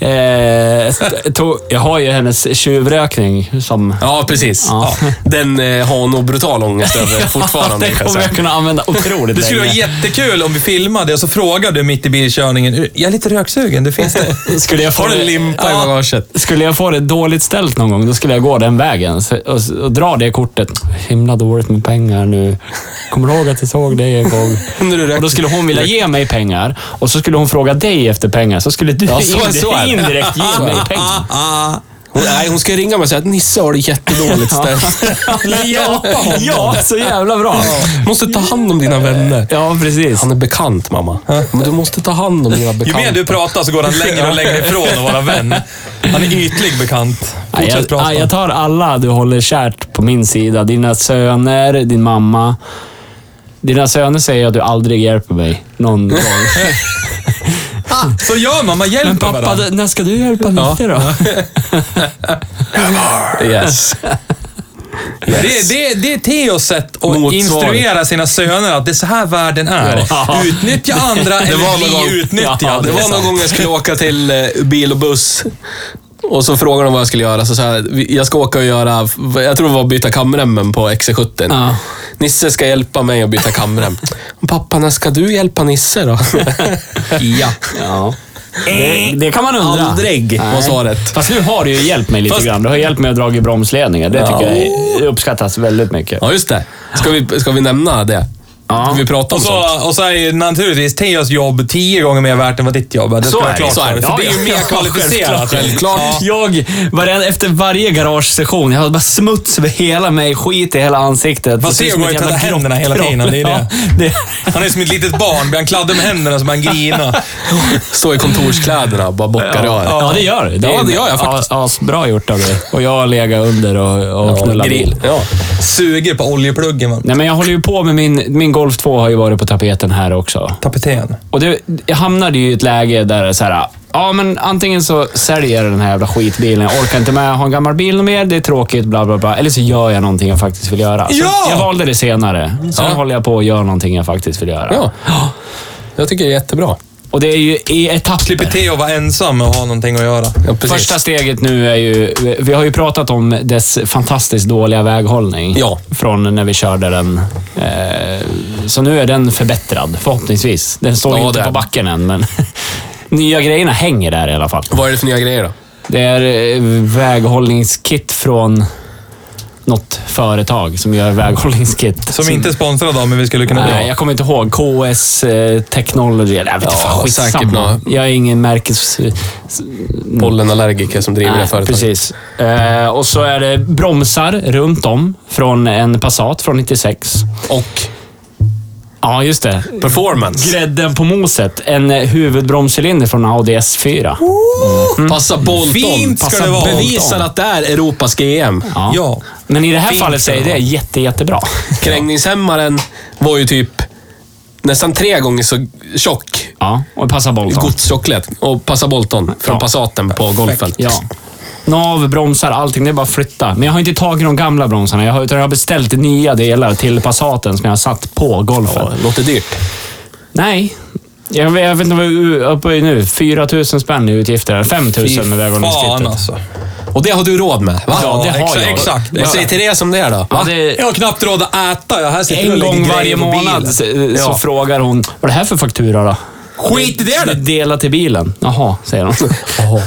Speaker 2: Eh, st- to, jag har ju hennes tjuvrökning som...
Speaker 4: Ja, precis.
Speaker 2: Ja.
Speaker 4: Ja. Den eh, har nog brutal ångest över
Speaker 2: det
Speaker 4: fortfarande. kan jag
Speaker 2: kommer
Speaker 4: säga.
Speaker 2: jag kunna använda otroligt
Speaker 3: Det skulle vara
Speaker 2: länge.
Speaker 3: jättekul om vi filmade och så frågade du mitt i bilkörningen. Jag är lite röksugen, det finns det.
Speaker 2: Skulle jag få
Speaker 4: Har du
Speaker 2: det-
Speaker 4: en limpa i
Speaker 2: Ja.
Speaker 4: bagaget?
Speaker 2: Skulle jag få det dåligt ställt någon gång, då skulle jag gå den vägen Så- och, och dra det kortet. Himla dåligt med pengar nu. Kommer du ihåg att jag såg dig en gång?
Speaker 4: När du rökte.
Speaker 2: Och då skulle hon vilja ge mig pengar och så skulle hon fråga dig efter pengar. Så skulle du
Speaker 4: Ja, så-
Speaker 2: indirekt,
Speaker 4: så är det.
Speaker 2: indirekt ge mig pengar.
Speaker 3: Ah,
Speaker 4: Hon, nej, hon ska ringa mig och säga att Nisse har det jättedåligt ställt.
Speaker 2: Ja, ja, så jävla bra.
Speaker 4: Måste ta hand om dina vänner.
Speaker 2: Ja, precis.
Speaker 4: Han är bekant, mamma. Men du måste ta hand om dina
Speaker 3: Ju
Speaker 4: bekanta.
Speaker 3: mer du pratar så går han längre och längre ifrån att vara vän. Han är ytlig bekant.
Speaker 2: Nej,
Speaker 3: Fortsätt
Speaker 2: jag,
Speaker 3: prata.
Speaker 2: nej, jag tar alla du håller kärt på min sida. Dina söner, din mamma. Dina söner säger att du aldrig hjälper mig någon gång.
Speaker 3: Så gör man, man hjälper
Speaker 2: Men pappa,
Speaker 3: varandra.
Speaker 2: d- när ska du hjälpa Nisse då?
Speaker 4: Yes.
Speaker 3: Det, det, det är Theos sätt att
Speaker 4: Motsvar.
Speaker 3: instruera sina söner att det är så här världen är.
Speaker 2: Ja.
Speaker 3: Utnyttja andra eller
Speaker 4: var någon gång-
Speaker 3: bli utnyttjad.
Speaker 2: Ja,
Speaker 4: Det var någon gång jag skulle åka till eh, bil och buss. Och så frågade de vad jag skulle göra. Så sa jag, "Vi- jag ska åka och göra, jag tror det var byta kamremmen på XC70.
Speaker 2: Ja.
Speaker 4: Nisse ska hjälpa mig att byta kamrem. Pappa, när ska du hjälpa Nisse då? ja.
Speaker 2: Ja. Det, det kan man undra.
Speaker 4: Aldrig var
Speaker 2: Nej.
Speaker 4: svaret.
Speaker 2: Fast nu har du ju hjälpt mig lite
Speaker 4: Fast-
Speaker 2: grann. Du har hjälpt mig att dra i bromsledningar. Det tycker
Speaker 4: Ja.
Speaker 2: jag är- det uppskattas väldigt mycket.
Speaker 4: Ja, just det. Ska vi, ska vi nämna det?
Speaker 2: Ja.
Speaker 4: Ska vi prata om
Speaker 3: Och
Speaker 4: sånt?
Speaker 3: så, och så är ju naturligtvis Theos jobb tio gånger mer värt än vad ditt jobb är. Det
Speaker 2: Så
Speaker 3: ska vara
Speaker 2: är det,
Speaker 3: klart
Speaker 2: så är
Speaker 3: för
Speaker 2: det.
Speaker 3: dig. För
Speaker 2: Ja,
Speaker 3: det är ju
Speaker 2: ja.
Speaker 3: mer
Speaker 2: Ja,
Speaker 3: kvalificerat.
Speaker 4: självklart.
Speaker 3: Ja.
Speaker 2: Jag, varje, efter varje garagesession, jag har bara smuts över hela mig, skit i hela ansiktet.
Speaker 3: Fast
Speaker 2: ser ut
Speaker 3: det
Speaker 2: som
Speaker 3: går
Speaker 2: ett
Speaker 3: ju att
Speaker 2: jävla
Speaker 3: tvätta händerna hela
Speaker 2: kropp.
Speaker 3: tiden, det är det.
Speaker 2: Ja, det.
Speaker 3: Han är som ett litet barn. Blir han kladdig med händerna så börjar han grina.
Speaker 4: Stå i kontorskläderna och bara bocka
Speaker 2: Ja,
Speaker 4: rör.
Speaker 2: ja, det gör det.
Speaker 4: Ja, det gör jag
Speaker 2: faktiskt. Asbra gjort av dig. Och jag har legat under och, och knullat bil.
Speaker 4: grill. Ja.
Speaker 3: Suger på oljepluggen. Man.
Speaker 2: Nej, men jag håller ju på med min, min Golf 2 har ju varit på tapeten här också.
Speaker 3: Tapeten.
Speaker 2: Och det, jag hamnade ju i ett läge där det är så här, ja men antingen så säljer jag den här jävla skitbilen, jag orkar inte med att ha en gammal bil mer, det är tråkigt, bla bla bla. Eller så gör jag någonting jag faktiskt vill göra. Så
Speaker 3: Ja!
Speaker 2: Jag valde det senare. Så
Speaker 4: Ja.
Speaker 2: nu håller jag på och gör någonting jag faktiskt vill göra.
Speaker 4: ja. Jag tycker det är jättebra.
Speaker 2: Och det är ju i etapper.
Speaker 3: Slipper Theo vara ensam och ha någonting att göra.
Speaker 4: Ja, precis.
Speaker 2: Första steget nu är ju, vi har ju pratat om dess fantastiskt dåliga väghållning.
Speaker 4: Ja.
Speaker 2: Från när vi körde den. Eh, Så nu är den förbättrad, förhoppningsvis. Den står
Speaker 4: Ja,
Speaker 2: inte
Speaker 4: det är
Speaker 2: på
Speaker 4: den.
Speaker 2: backen än, men nya grejerna hänger där i alla fall.
Speaker 4: Vad är det för nya grejer då?
Speaker 2: Det är eh, väghållningskit från något företag som gör väghållningskit.
Speaker 3: Som inte är sponsrad av, men vi skulle kunna bli.
Speaker 2: Nej, jag kommer inte ihåg. KS eh, Technology. eller Jag vet inte,
Speaker 4: Ja,
Speaker 2: fan, skitsamma.
Speaker 4: säkert något.
Speaker 2: Jag är ingen märkes...
Speaker 4: Pollenallergiker som driver det
Speaker 2: Mm. Nej,
Speaker 4: företaget.
Speaker 2: precis. Eh, och så är det bromsar runt om från en Passat från 96.
Speaker 4: Och
Speaker 2: Ja, just det.
Speaker 4: performance.
Speaker 2: Grädden på moset. En eh, huvudbromscylinder från Audi S4. Mm.
Speaker 4: Passa Bolton.
Speaker 3: Fint ska
Speaker 4: Passa
Speaker 3: det vara.
Speaker 4: Bevisar att det är Europas GM.
Speaker 2: Ja.
Speaker 3: Ja.
Speaker 2: Men i det här
Speaker 3: Fint
Speaker 2: fallet så
Speaker 3: ska det
Speaker 2: är det
Speaker 3: vara.
Speaker 2: jätte, jättebra.
Speaker 4: Krängningshämmaren var ju typ nästan tre gånger så tjock.
Speaker 2: Ja, och passa Bolton.
Speaker 4: Godstjocklek. Och Passa Bolton från
Speaker 2: Ja.
Speaker 4: Passaten på golfen.
Speaker 2: Ja. Nav, bromsar, allting. Det är bara att flytta. Men jag har inte tagit de gamla bromsarna. Jag har, utan jag har beställt nya delar till Passaten som jag har satt på golfen.
Speaker 4: Ja, det låter dyrt.
Speaker 2: Nej. Jag, jag vet inte vad jag är uppe i nu. 4 000 spänn i utgifter. 5 000 med
Speaker 3: Fan
Speaker 2: väghållningskittet.
Speaker 3: alltså.
Speaker 4: Och det har du råd med, va?
Speaker 2: Ja, det har
Speaker 3: exakt,
Speaker 2: jag.
Speaker 3: Exakt.
Speaker 4: Vad säger
Speaker 3: exakt.
Speaker 4: Therese om det då? Va?
Speaker 2: Ja, det,
Speaker 3: Jag har knappt råd att äta. Jag här sitter och
Speaker 2: en
Speaker 3: lägger
Speaker 2: gång
Speaker 3: grejer
Speaker 2: varje
Speaker 3: på
Speaker 2: månad
Speaker 3: bilen.
Speaker 2: så, så
Speaker 3: Ja.
Speaker 2: frågar hon, vad är det här för faktura då?
Speaker 3: Skit i det
Speaker 2: Du
Speaker 3: då!
Speaker 2: delar till bilen. Jaha, säger hon.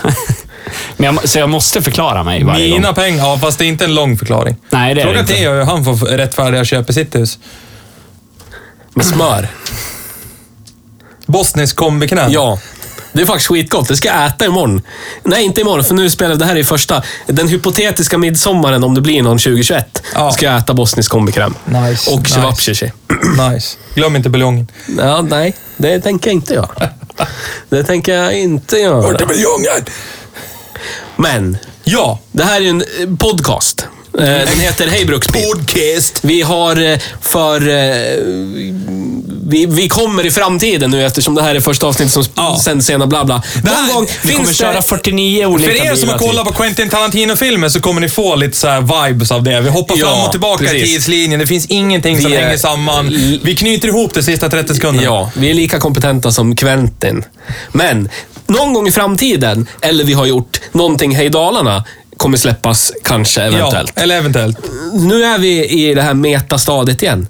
Speaker 2: Men jag, må- så jag måste förklara mig varje gång.
Speaker 3: Mina pengar. Ja, fast det är inte en lång förklaring.
Speaker 2: Nej, det är det
Speaker 3: Fråga
Speaker 2: inte.
Speaker 3: Theo hur han får rättfärdiga köp i sitt hus.
Speaker 4: Med smör.
Speaker 3: Bosnisk kombiknän.
Speaker 4: Ja. Det är faktiskt skitgott. Det ska jag äta imorgon. Nej, inte imorgon, för nu spelar det här i första... Den hypotetiska midsommaren, om det blir någon 2021,
Speaker 3: Ja.
Speaker 4: ska jag äta bosnisk kombikräm.
Speaker 3: Nice,
Speaker 4: Och
Speaker 3: nice.
Speaker 4: cevapcici.
Speaker 3: Nice. Glöm inte buljongen.
Speaker 4: Ja, nej, det tänker jag inte göra. Det tänker jag inte göra.
Speaker 3: buljongen!
Speaker 4: Men,
Speaker 3: Ja.
Speaker 4: det här är en eh, podcast. Eh, Den heter Hej Bruksbil.
Speaker 3: Podcast.
Speaker 4: Vi har eh, för... eh, Vi, vi kommer i framtiden nu eftersom det här är första avsnittet som
Speaker 3: Ja.
Speaker 4: sänds senare. Bla bla.
Speaker 3: Det här-
Speaker 4: Någon gång
Speaker 2: Vi kommer
Speaker 4: finns
Speaker 2: köra
Speaker 4: det...
Speaker 2: 49 olika
Speaker 3: För er som har
Speaker 2: bilar till.
Speaker 3: kollat på Quentin Tarantino-filmer så kommer ni få lite så här vibes av det. Vi hoppar
Speaker 4: Ja,
Speaker 3: fram och tillbaka i
Speaker 4: precis.
Speaker 3: tidslinjen. Det finns ingenting som
Speaker 4: Vi är-
Speaker 3: hänger samman. Vi knyter ihop det sista 30 sekunderna.
Speaker 4: Ja, vi är lika kompetenta som Quentin. Men någon gång i framtiden, eller vi har gjort någonting Hej Dalarna, kommer släppas kanske eventuellt.
Speaker 3: Ja, eller eventuellt.
Speaker 4: Nu är vi i det här metastadiet igen.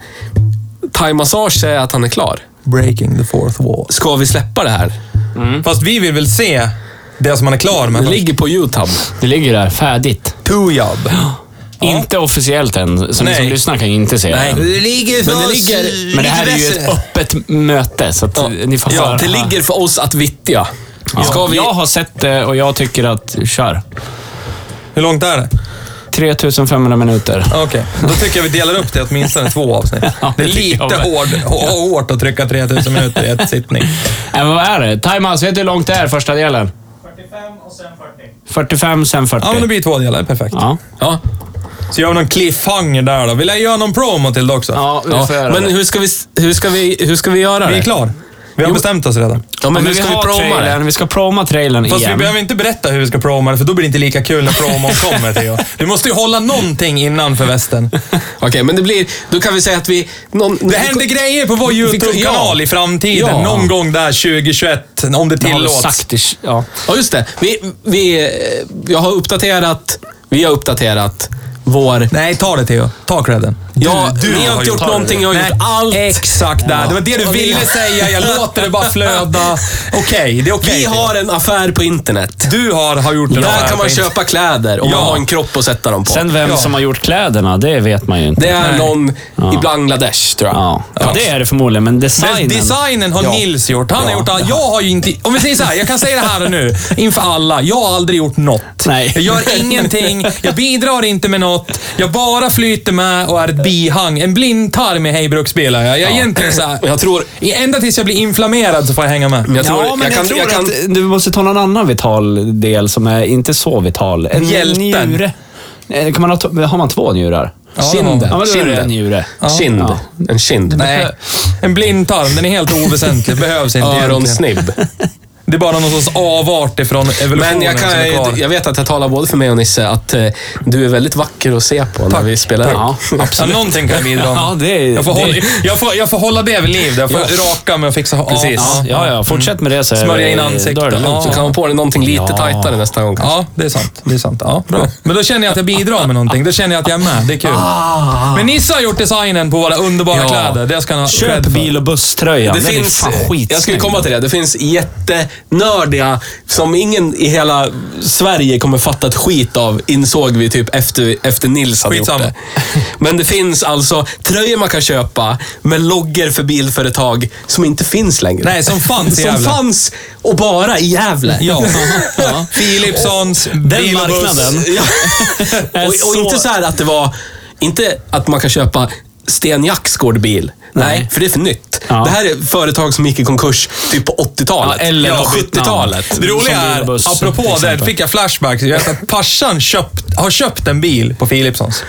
Speaker 4: Thai Massage säger att han är klar.
Speaker 3: Breaking the fourth wall.
Speaker 4: Ska vi släppa det här?
Speaker 2: Mm.
Speaker 3: Fast vi vill väl se det som man är klar med.
Speaker 4: Det ligger på YouTube.
Speaker 2: Det ligger där, färdigt.
Speaker 3: Pujab.
Speaker 2: Inte officiellt än, så ni
Speaker 3: Nej.
Speaker 2: som lyssnar kan ju inte se
Speaker 4: Nej.
Speaker 2: det.
Speaker 3: Det ligger
Speaker 4: Men det ligger-
Speaker 2: Men det här är ju ett öppet möte, så att ni får
Speaker 4: ja,
Speaker 2: höra.
Speaker 4: det ligger för oss att vittja.
Speaker 2: Ja.
Speaker 4: Ska vi...
Speaker 2: Jag har sett det och jag tycker att, kör.
Speaker 3: Hur långt är det?
Speaker 2: 3500 minuter. Äh,
Speaker 3: Okej, då tycker jag vi delar upp det i åtminstone två avsnitt.
Speaker 2: Ja,
Speaker 3: Det är
Speaker 2: det tycker
Speaker 3: lite
Speaker 2: jag med.
Speaker 3: hård, hå- hårt att trycka 3000 minuter i ett sittning.
Speaker 2: Äh, men vad är det? Timeout, vet du hur långt det är första delen?
Speaker 6: 45 och sen 40.
Speaker 2: 45, sen 40.
Speaker 3: Ja, men det blir två delar. Perfekt.
Speaker 2: Ja.
Speaker 4: Ja.
Speaker 3: Så gör vi någon cliffhanger där då. Vill jag göra någon promo till det också?
Speaker 2: Ja, vi
Speaker 4: Ja.
Speaker 2: får göra
Speaker 4: Men
Speaker 2: det.
Speaker 4: hur ska, vi, hur, ska vi, hur ska vi göra det?
Speaker 3: Vi är klar. Vi har bestämt oss redan.
Speaker 4: Ja, men
Speaker 2: Men
Speaker 4: hur ska vi,
Speaker 2: har
Speaker 4: proma
Speaker 2: trailern,
Speaker 4: det?
Speaker 2: Vi ska proma trailern
Speaker 3: Fast vi
Speaker 2: igen.
Speaker 3: behöver inte berätta hur vi ska proma det, för då blir det inte lika kul när promon kommer, Theo. Du måste ju hålla någonting innanför västen.
Speaker 4: Okej, men det blir... Då kan vi säga att vi... Någon,
Speaker 3: Det händer grejer på vår YouTube-kanal i framtiden.
Speaker 4: Ja.
Speaker 3: Någon gång där 2021, om det
Speaker 2: Jag har
Speaker 3: tillåts.
Speaker 2: sagt det. Ja.
Speaker 4: Ja, just det. Vi, vi, eh, jag har uppdaterat... Vi har uppdaterat vår...
Speaker 3: Nej, ta det Theo. Ta credden.
Speaker 4: Ja, ni har
Speaker 3: har
Speaker 4: inte
Speaker 3: gjort
Speaker 4: gjort
Speaker 3: det.
Speaker 4: någonting, jag har
Speaker 3: Nej,
Speaker 4: gjort allt.
Speaker 3: Exakt där. Det var det du ville säga. Jag låter det bara flöda. Okej, det är okej.
Speaker 4: Vi
Speaker 3: Theo.
Speaker 4: har en affär på internet.
Speaker 3: Du har, har gjort en affär
Speaker 4: Där kan man
Speaker 3: på Insta-
Speaker 4: köpa kläder om
Speaker 3: Ja.
Speaker 4: man har en kropp att sätta dem på.
Speaker 2: Sen vem
Speaker 3: Ja.
Speaker 2: som har gjort kläderna, det vet man ju inte.
Speaker 4: det är någon i Bangladesh, tror jag.
Speaker 2: Ja. ja, det är det förmodligen, men
Speaker 3: Men
Speaker 2: designen...
Speaker 3: designen har
Speaker 4: Ja.
Speaker 3: Nils gjort. Han har
Speaker 4: Ja.
Speaker 3: gjort all... Jag har ju inte... Om vi säger så här, jag kan säga det här nu inför alla. Jag har aldrig gjort något.
Speaker 2: Nej.
Speaker 3: Jag gör ingenting. Jag bidrar inte med något. Jag bara flyter med och är ett bihang. En blindtarm i Hej Bruksbil är jag. Jag är egentligen så här...
Speaker 4: Jag tror...
Speaker 3: I- Ända tills jag blir inflammerad så får jag hänga med.
Speaker 4: Jag tror,
Speaker 2: ja, men jag,
Speaker 4: kan,
Speaker 2: tror
Speaker 4: jag kan,
Speaker 2: att du måste ta någon annan vital del som är inte så vital. En
Speaker 3: Hjälten.
Speaker 2: njure. Eh, Kan man ha, to- har man två njurar?
Speaker 3: Ja, det
Speaker 4: Kinden.
Speaker 3: har
Speaker 2: Ja, men då är det
Speaker 4: Kinden.
Speaker 2: en njure.
Speaker 4: Kind.
Speaker 2: Ja.
Speaker 4: En kind.
Speaker 3: Nej. En blindtarm, den är helt oväsentlig. Behövs inte egentligen.
Speaker 4: Öronsnibb.
Speaker 3: Det är bara någon sorts avart ifrån evolutionen
Speaker 4: Men jag,
Speaker 3: som
Speaker 4: kan,
Speaker 3: är kvar.
Speaker 4: jag vet att jag talar både för mig och Nisse att eh, du är väldigt vacker att se på när vi spelar in.
Speaker 2: Ja,
Speaker 3: Ja, någonting kan jag bidra med.
Speaker 2: Ja, det är-
Speaker 3: jag, får
Speaker 2: det-
Speaker 3: hålla, jag, får, jag får hålla det vid liv. Jag får raka mig och fixa
Speaker 4: Precis.
Speaker 3: Ja,
Speaker 2: Ja, ja, ja, fortsätt med det. Så är
Speaker 3: Smörja
Speaker 2: det-
Speaker 3: in
Speaker 2: då är det
Speaker 3: ansiktet.
Speaker 2: lugnt.
Speaker 3: Ja.
Speaker 4: Så kan man på dig någonting lite
Speaker 2: Ja.
Speaker 4: tajtare nästa gång. kanske.
Speaker 3: Mm. ja, det är sant. Det är sant. Ja, bra. Men då känner jag att jag bidrar med någonting. Då känner jag att jag är med. Det är kul. Men Nisse har gjort designen på våra underbara
Speaker 4: Ja.
Speaker 3: kläder. Det ska han ha
Speaker 2: Ah. Köp
Speaker 3: cred för.
Speaker 2: bil och busströjan.
Speaker 4: Det
Speaker 2: Den
Speaker 4: finns,
Speaker 2: är fan skitsnygg.
Speaker 4: jag skulle komma till det. Det finns jätte nördiga som ingen i hela Sverige kommer fatta ett skit av, insåg vi typ efter, efter Nils hade
Speaker 3: Skitsamma.
Speaker 4: gjort det. Men det finns alltså tröjor man kan köpa med loggor för bilföretag som inte finns längre.
Speaker 3: Nej, som fanns i
Speaker 4: som
Speaker 3: Gävle.
Speaker 4: fanns och bara i Gävle.
Speaker 3: Ja. Philipssons,
Speaker 2: Den
Speaker 3: Bil och Buss.
Speaker 2: marknaden.
Speaker 4: Ja.
Speaker 2: är
Speaker 4: och, och inte
Speaker 2: så-
Speaker 4: så här att det var... Inte att man kan köpa Sten Jacksgård bil. Nej.
Speaker 2: Nej.
Speaker 4: för det är för nytt.
Speaker 2: Ja.
Speaker 4: Det här är företag som gick i konkurs typ på 80-talet.
Speaker 2: Ja, eller har bytt namn.
Speaker 4: 70-talet.
Speaker 2: Det
Speaker 3: Det roliga
Speaker 2: Som
Speaker 3: är,
Speaker 2: bil och buss, till
Speaker 3: apropå det,
Speaker 2: exempel.
Speaker 3: fick jag flashbacks. Jag vet att Parsan köpt, har köpt en bil på Philipssons.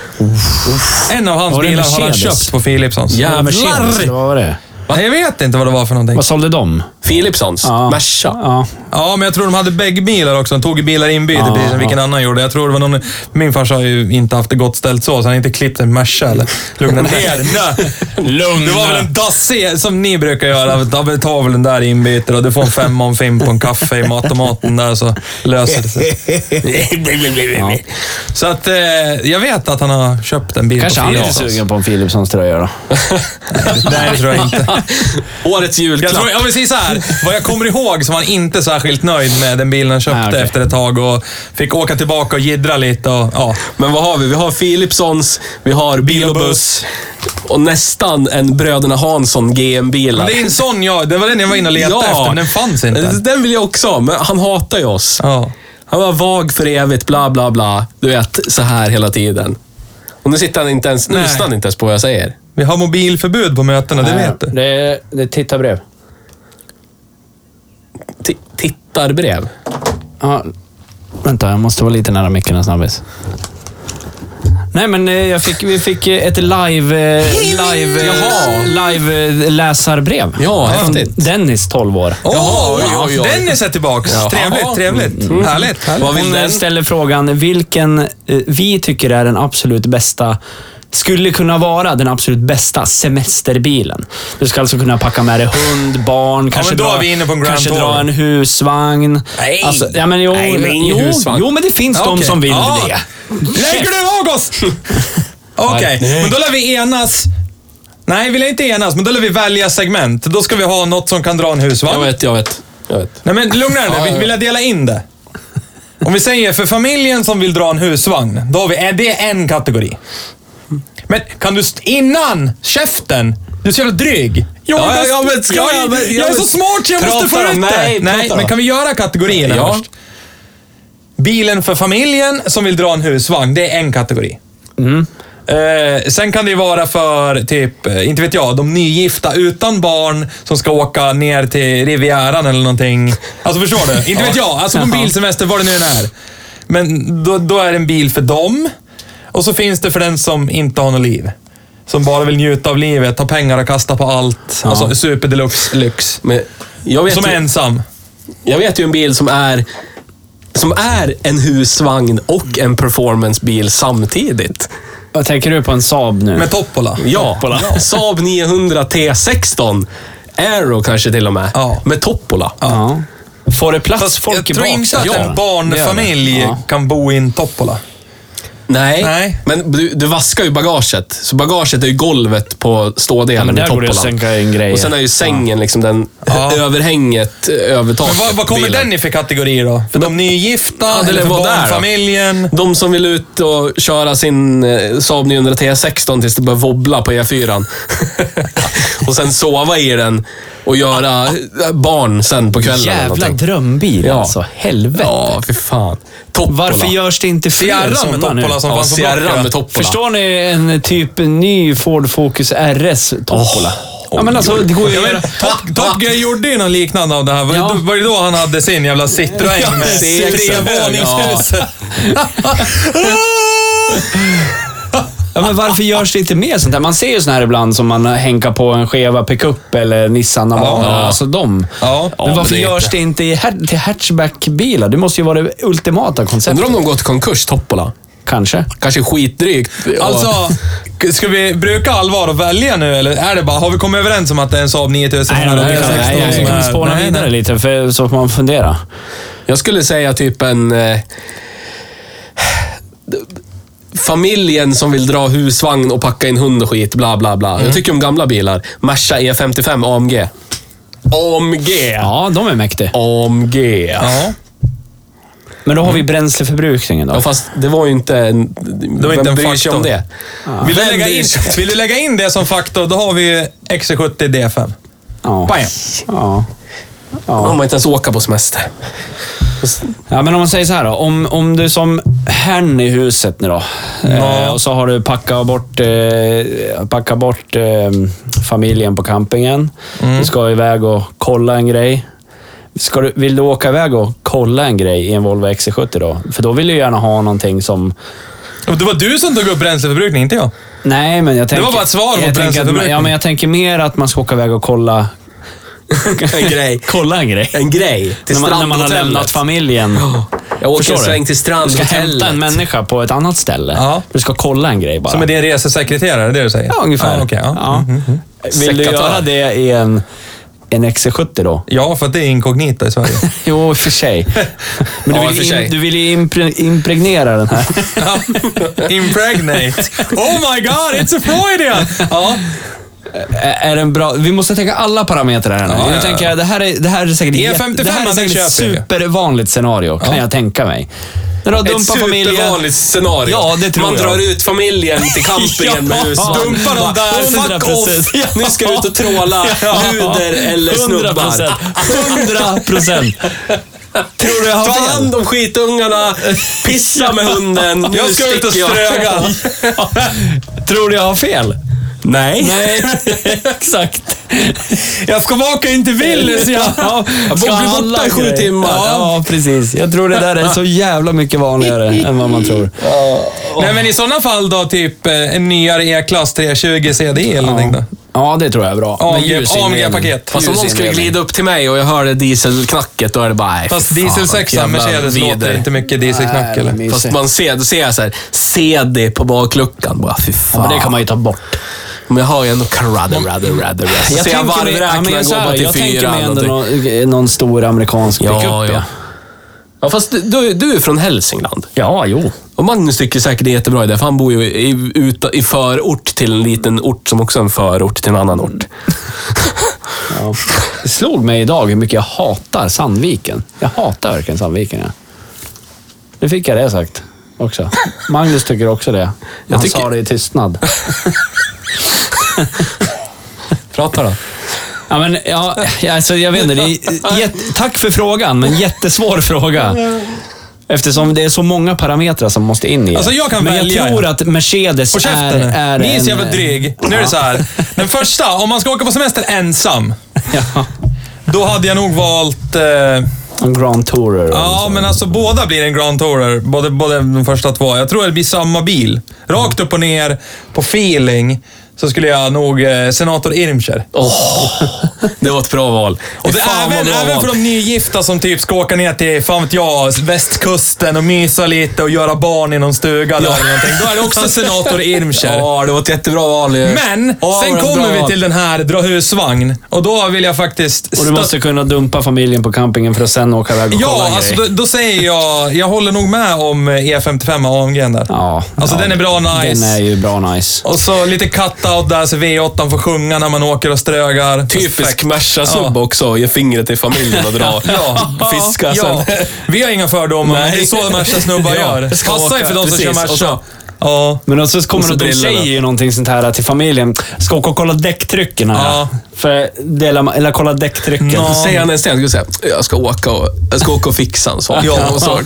Speaker 3: En av hans
Speaker 2: Var det en
Speaker 3: bilar har han
Speaker 2: Mercedes?
Speaker 3: köpt på Philipssons.
Speaker 4: Jävlar!
Speaker 2: Mercedes, eller vad var det?
Speaker 3: Nej, Jag vet inte vad det var för någonting.
Speaker 2: Vad sålde de?
Speaker 4: Philipssons. Merca.
Speaker 2: Ja.
Speaker 3: Ja, men jag tror de hade bäggbilar också. De tog bilar inbyte,
Speaker 2: Ja,
Speaker 3: precis som vilken annan gjorde. Jag tror det var någon... Min farsa har ju inte haft det gott ställt så, så han har inte klippt en Merca eller... Lugna ner dig.
Speaker 2: Lugna.
Speaker 3: Det var väl en dassig, som ni brukar göra. Ta väl- Ta väl den där inbyter och du får en femma och en fimp och en kaffe i matomaten där så löser det sig. Så att eh, jag vet att han har köpt en bil
Speaker 2: Kanske
Speaker 3: på
Speaker 2: han är lite
Speaker 3: Philipsons.
Speaker 2: sugen på en Philipssons tröja då.
Speaker 3: Nej, det tror jag inte.
Speaker 4: Årets
Speaker 3: Jag
Speaker 4: julklapp.
Speaker 3: tror, om vi säger så här, vad jag kommer ihåg så var han inte särskilt nöjd med den bilen han köpte
Speaker 4: Ah,
Speaker 2: Nej, okej.
Speaker 3: efter ett tag och fick åka tillbaka och jiddra lite och ja.
Speaker 4: Men vad har vi? Vi har Philipssons, vi har Bil och Buss och nästan en Bröderna Hansson
Speaker 3: Men
Speaker 4: GM-bilar.
Speaker 3: det är en sån jag, det var den jag var inne och letade efter, men den fanns inte.
Speaker 4: Den vill jag också ha, men han hatar ju oss.
Speaker 3: Ja.
Speaker 4: Han var vag för evigt, bla bla bla. Du vet, så här hela tiden. Och nu sitter han inte ens, nu
Speaker 3: Nej.
Speaker 4: lyssnar han inte ens på vad jag säger.
Speaker 3: Vi har mobilförbud på mötena,
Speaker 4: Ah.
Speaker 3: det vet du.
Speaker 2: Det är, det är tittarbrev.
Speaker 4: T- tittarbrev.
Speaker 2: Ja. Vänta, jag måste vara lite nära micken en snabbis. Nej, men eh, jag fick, vi fick eh, ett live, eh, live, eh,
Speaker 4: Jaha.
Speaker 2: live eh, läsarbrev.
Speaker 4: Ja, häftigt.
Speaker 2: Dennis, 12 år.
Speaker 3: Åh,
Speaker 4: Jaha, oj, oj, oj.
Speaker 3: den är sett tillbaks.
Speaker 4: Jaha. Mm.
Speaker 3: Trevligt, trevligt.
Speaker 2: Mm.
Speaker 3: Härligt. härligt.
Speaker 4: Vad vill
Speaker 2: Hon
Speaker 4: den?
Speaker 2: ställer frågan vilken eh, vi tycker är den absolut bästa skulle kunna vara den absolut bästa semesterbilen. Du ska alltså kunna packa med dig hund, barn, kanske,
Speaker 3: men då
Speaker 2: dra,
Speaker 3: är vi inne på en Grand
Speaker 2: kanske
Speaker 3: Tour.
Speaker 2: dra en husvagn.
Speaker 4: Nej.
Speaker 2: Alltså, ja, men jo,
Speaker 4: Nej, men ingen
Speaker 2: jo,
Speaker 4: husvagn.
Speaker 2: jo, men det finns de
Speaker 3: Okej.
Speaker 2: som vill
Speaker 3: Ja.
Speaker 2: det.
Speaker 3: Lägger du av oss? Okej, men då lär vi enas. Nej, vi lär inte enas, men då lär vi välja segment. Då ska vi ha något som kan dra en
Speaker 4: Jag
Speaker 3: husvagn.
Speaker 4: vet, jag vet. Jag vet.
Speaker 3: Nej, men lugna dig nu. Vi- Vi lär dela in det. Om vi säger för familjen som vill dra en husvagn, då har vi, är det en kategori. Men kan du st- innan käften? Du är så jävla dryg. Jo,
Speaker 4: Ja, ja, ja, men ska
Speaker 3: jag,
Speaker 4: jag- men-
Speaker 3: jag,
Speaker 4: ja,
Speaker 3: är
Speaker 4: men-
Speaker 3: så smart så jag
Speaker 4: Prata
Speaker 3: måste få
Speaker 4: då.
Speaker 3: ut det.
Speaker 4: Nej,
Speaker 3: Nej
Speaker 4: prata
Speaker 3: men
Speaker 4: då.
Speaker 3: kan vi göra kategorierna
Speaker 4: Ja.
Speaker 3: först? Bilen för familjen som vill dra en husvagn, det är en kategori. Eh, sen kan det ju vara för, typ, eh, inte vet jag, de nygifta utan barn som ska åka ner till Rivieran eller någonting. Alltså förstår du? Inte vet jag. Alltså på en bilsemester, vad det nu än är. Men då, då är det en bil för dem. Och så finns det för den som inte har något liv. Som bara vill njuta av livet, ha pengar och kasta på allt. Alltså super deluxe lyx.
Speaker 4: Men jag, vet
Speaker 3: Som är
Speaker 4: ju,
Speaker 3: ensam.
Speaker 4: jag vet ju en bil som är som är en husvagn och en performancebil samtidigt.
Speaker 2: Vad tänker du på en Saab nu?
Speaker 3: Med Toppola.
Speaker 4: Ja, Saab 900 T16 Aero kanske till och med.
Speaker 3: Ja.
Speaker 4: Med Toppola.
Speaker 2: ja. Får det plats
Speaker 3: Fast
Speaker 2: folk
Speaker 3: jag tror
Speaker 2: i bak?
Speaker 3: inte att
Speaker 2: där?
Speaker 3: en barnfamilj
Speaker 2: Ja.
Speaker 3: kan bo i en Toppola.
Speaker 4: Nej,
Speaker 3: Nej.
Speaker 4: men du, du vaskar ju bagaget. Så bagaget är ju golvet på stådelen
Speaker 2: men
Speaker 4: med
Speaker 2: där går det att
Speaker 4: Toppolan.
Speaker 2: sänka in grejer.
Speaker 4: Och sen är ju sängen liksom den
Speaker 3: Ja.
Speaker 4: överhänget eh, över taket.
Speaker 3: Men vad, vad kommer
Speaker 4: bilen.
Speaker 3: den i för kategori då? För de nygifta,
Speaker 4: Ja, det
Speaker 3: eller
Speaker 4: lär
Speaker 3: för
Speaker 4: vara där då.
Speaker 3: barnfamiljen?
Speaker 4: De som vill ut och köra sin eh, Saab 900 T16 tills det börjar wobbla på E4. och sen sova i den och göra eh, barn sen på kvällen. eller
Speaker 2: Jävla
Speaker 4: någonting.
Speaker 2: drömbil
Speaker 4: Ja.
Speaker 2: alltså. Helvete.
Speaker 4: Ja, fy fan. Toppola.
Speaker 2: Varför görs det inte fler
Speaker 3: Fjärran med
Speaker 2: sådana nu?
Speaker 3: Toppola som
Speaker 4: Ja,
Speaker 3: fanns på
Speaker 4: Sierra
Speaker 3: blocken.
Speaker 4: med Toppola.
Speaker 2: Förstår ni en typ ny Ford Focus RS Toppola? ja, men alltså, det går ju
Speaker 3: Ja,
Speaker 2: att göra...
Speaker 3: men Top, Top Gear gjorde ju något liknande av det här. Var,
Speaker 2: Ja.
Speaker 3: ja. var det då han hade sin jävla Citroën med
Speaker 4: precis.
Speaker 3: trevåningshuset?
Speaker 2: Ja, men varför görs det inte mer sånt här? Man ser ju såna här ibland som man hänkar på en Cheva pickup eller Nissan Navara. Alltså de.
Speaker 3: Ja.
Speaker 2: Men varför görs det inte i her- till hatchbackbilar? Det måste ju vara det ultimata konceptet.
Speaker 4: Undrar om de gått i konkurs, Toppola.
Speaker 2: Kanske.
Speaker 4: Kanske skitdrygt. och-
Speaker 3: Alltså, ska vi bruka allvar och välja nu eller är det bara, har vi kommit överens om att det är en Saab 9000?
Speaker 2: Nej,
Speaker 3: eller
Speaker 2: nej,
Speaker 3: en
Speaker 2: nej,
Speaker 4: nej, nej,
Speaker 3: som
Speaker 2: Vi kan
Speaker 3: är-
Speaker 2: spåna
Speaker 3: nej,
Speaker 2: vidare
Speaker 3: nej.
Speaker 2: lite för, så får man fundera.
Speaker 4: Jag skulle säga typ en... Eh, familjen som vill dra husvagn och packa in hund och skit, bla bla bla. Jag tycker om gamla bilar. Merca E55 AMG. OMG.
Speaker 2: Ja, de är mäktiga.
Speaker 4: OMG. Ja.
Speaker 2: Men då har vi bränsleförbrukningen då.
Speaker 4: fast det var ju inte en... Det
Speaker 3: var inte en
Speaker 4: bryr sig om
Speaker 3: faktor.
Speaker 4: det?
Speaker 3: Vill du,
Speaker 4: Vem
Speaker 3: lägga
Speaker 4: bryr
Speaker 3: in,
Speaker 4: sig om
Speaker 3: vill du lägga in det som faktor, då har vi XC70 D5.
Speaker 2: Ja.
Speaker 3: Bam.
Speaker 2: Ja.
Speaker 4: det? Om man inte ens åka på semester.
Speaker 2: Ja, men om man säger så här då. Om, om du som herrn i huset nu då. Eh, och så har du packat bort, eh, packat bort eh, familjen på campingen.
Speaker 3: Mm.
Speaker 2: Du ska iväg och kolla en grej. Ska du, vill du åka iväg och kolla en grej i en Volvo XC70 då? För då vill du gärna ha någonting som...
Speaker 3: Och Det var du som tog upp bränsleförbrukning, inte jag.
Speaker 2: Nej, men jag tänker...
Speaker 3: var bara ett svar på
Speaker 2: jag tänker att,
Speaker 3: bränsleförbrukning.
Speaker 2: Ja, men jag tänker mer att man ska åka iväg och kolla...
Speaker 4: En grej.
Speaker 2: Kolla en grej.
Speaker 4: En grej. Till
Speaker 2: När man, när man har
Speaker 4: strandhotellet.
Speaker 2: lämnat familjen.
Speaker 4: Jag åker
Speaker 2: Förstår
Speaker 4: en
Speaker 2: du?
Speaker 4: sväng till
Speaker 2: Du ska
Speaker 4: strandhotellet.
Speaker 2: hämta en människa på ett annat ställe.
Speaker 3: Ja.
Speaker 2: Du ska kolla en grej bara.
Speaker 3: Som är din resesekreterare, det är det du säger?
Speaker 2: Ja, ungefär.
Speaker 3: Ja, okej, ja. Mm.
Speaker 2: Ja. Mm, Vill du
Speaker 4: Sekatör.
Speaker 2: göra det i en, en XC70 då?
Speaker 3: ja, för att det är inkognito i Sverige.
Speaker 2: Jo, i och för sig. Men
Speaker 4: Ja,
Speaker 2: du
Speaker 4: i och för
Speaker 2: vill,
Speaker 4: sig.
Speaker 2: in, du vill ju impre, impregnera den här.
Speaker 3: Ja. Impregnate. Oh my god, it's a Freudian! Ja.
Speaker 2: Ä- är den bra? Vi måste tänka alla parametrar här nu.
Speaker 3: Ja,
Speaker 2: jag
Speaker 3: ja, ja.
Speaker 2: tänker, det här är, det här är säkert,
Speaker 3: E55
Speaker 2: det här är
Speaker 3: man
Speaker 2: säkert ett
Speaker 3: köper ju.
Speaker 2: supervanligt scenario, kan jag tänka mig. När du har
Speaker 4: Ett
Speaker 2: dumpat familjen.
Speaker 4: supervanligt scenario.
Speaker 2: Ja, det tror
Speaker 4: man
Speaker 2: jag.
Speaker 4: drar ut familjen till campingen med
Speaker 2: Ja,
Speaker 4: husvagn.
Speaker 2: dumpa dem
Speaker 4: Bara,
Speaker 2: där.
Speaker 4: Fuck
Speaker 2: 100%.
Speaker 4: off! Nu ska du ut och tråla luder eller snubbar.
Speaker 2: 100 procent. Tror du jag
Speaker 4: Ta
Speaker 2: har fel?
Speaker 4: hand om skitungarna, pissa med hunden. Nu
Speaker 3: Jag ska ut och
Speaker 4: sticker jag.
Speaker 3: ströga.
Speaker 2: Tror du jag har fel?
Speaker 4: Nej.
Speaker 2: Nej, exakt.
Speaker 3: Jag ska åka in till Willys, ja.
Speaker 2: Ja,
Speaker 4: Ska
Speaker 2: bli
Speaker 4: alla
Speaker 2: borta i sju
Speaker 4: grejer?
Speaker 2: timmar.
Speaker 4: Ja,
Speaker 2: precis. Jag tror det där är så jävla mycket vanligare än vad man tror.
Speaker 3: Nej, men i sådana fall då, typ eh, en nyare E-klass 320 CD eller någonting då?
Speaker 2: Ja, det tror jag är bra. Med
Speaker 3: AMG
Speaker 2: ljusinredning.
Speaker 3: AMG-paket.
Speaker 4: Fast om någon skulle
Speaker 2: Ljusinredning.
Speaker 4: glida upp till mig och jag hörde dieselknacket, då är det bara... nej,
Speaker 3: Fast
Speaker 4: fan,
Speaker 3: diesel 6
Speaker 4: jävla
Speaker 3: Mercedes låter
Speaker 4: vider.
Speaker 3: inte mycket dieselknack
Speaker 2: Nej,
Speaker 3: eller?
Speaker 2: men
Speaker 4: Fast man ser, då ser jag så här, CD på bakluckan. Bara, fy fan.
Speaker 2: Ja, men det kan man ju ta bort.
Speaker 4: Men jag har ju ändå kradder, radder, radder. Så jag ser jag
Speaker 2: mig- ja, men
Speaker 4: varvräknar,
Speaker 2: jag så
Speaker 4: går
Speaker 2: här,
Speaker 4: bara till
Speaker 2: jag tänker
Speaker 4: fyra.
Speaker 2: mig ändå
Speaker 4: någonting.
Speaker 2: någon, någon stor amerikansk
Speaker 4: Ja, ja. ja, fast du- du, du är från Hälsingland.
Speaker 2: ja, jo.
Speaker 4: Och Magnus tycker säkert det är jättebra idé, för han bor ju i, ut, i förort till en liten ort som också är en förort till en annan ort.
Speaker 2: Ja. Det slog mig idag hur mycket jag hatar Sandviken. Jag hatar verkligen Sandviken. Ja. Nu fick jag det sagt också. Magnus tycker också det.
Speaker 4: Jag
Speaker 2: Han
Speaker 4: tycker-
Speaker 2: sa det i tystnad.
Speaker 4: Prata då.
Speaker 2: Ja, men, ja, alltså, jag vet inte, det är, jätte- tack för frågan, men jättesvår fråga. Eftersom det är så många parametrar som måste in i det.
Speaker 3: Alltså, jag kan
Speaker 2: men
Speaker 3: välja,
Speaker 2: jag tror att Mercedes
Speaker 3: På
Speaker 2: är,
Speaker 3: käften.
Speaker 2: är
Speaker 3: Ni är
Speaker 2: en-
Speaker 3: så jävla dryg. Nu är det så här. Den första, om man ska åka på semester ensam,
Speaker 2: Ja,
Speaker 3: då hade jag nog valt... Eh,
Speaker 2: en Grand Tourer.
Speaker 3: ja, men alltså båda blir en Grand Tourer. Både, både de första två. Jag tror det blir samma bil. Rakt upp och ner, på feeling, så skulle jag nog eh, Senator Irmscher.
Speaker 4: Det var ett bra val.
Speaker 3: Och det
Speaker 4: Fan, vad
Speaker 3: även,
Speaker 4: bra
Speaker 3: även
Speaker 4: val.
Speaker 3: för de nygifta som typ ska åka ner till, fan vet jag, västkusten och mysa lite och göra barn i någon stuga eller någonting. Då är det också senator Irmscher.
Speaker 4: Ja, det var ett jättebra val. ju.
Speaker 3: Men
Speaker 4: Ja,
Speaker 3: sen
Speaker 4: vad bra
Speaker 3: kommer vi
Speaker 4: val.
Speaker 3: till den här dra husvagn och då vill jag faktiskt...
Speaker 2: Och
Speaker 3: stö-
Speaker 2: du måste kunna dumpa familjen på campingen för att sen åka iväg och kolla
Speaker 3: Ja,
Speaker 2: en
Speaker 3: alltså,
Speaker 2: grej.
Speaker 3: då, då säger jag... Jag håller nog med om eh, E55 och AMG där.
Speaker 2: Ja,
Speaker 3: Alltså
Speaker 2: ja,
Speaker 3: den är bra nice.
Speaker 2: Den är ju bra nice.
Speaker 3: Och så lite cut-out där så V8 får sjunga när man åker och strögar.
Speaker 4: Typisk
Speaker 3: Perfekt.
Speaker 4: Merca-subb också. Ge fingret till familjen och dra. Fiska
Speaker 3: ja.
Speaker 4: sen.
Speaker 3: Vi har inga fördomar, men
Speaker 4: Nej.
Speaker 3: det är så Merca-snubbar
Speaker 4: Ja,
Speaker 3: gör.
Speaker 4: ska
Speaker 3: Passa er
Speaker 4: åka.
Speaker 3: för de som
Speaker 4: Precis,
Speaker 3: kör
Speaker 4: och
Speaker 3: Merca.
Speaker 4: så-
Speaker 3: Ja.
Speaker 2: Men så kommer
Speaker 4: så
Speaker 2: de, de
Speaker 4: brillorna.
Speaker 2: säger ju någonting sånt här till familjen. Ska åka och kolla däcktrycken här.
Speaker 3: Ja.
Speaker 2: För, eller, eller kolla däcktrycken.
Speaker 4: Då säger han ens sen, ska jag säga, jag ska åka och, jag ska åka och fixa en sak.
Speaker 3: Ja.
Speaker 4: och så,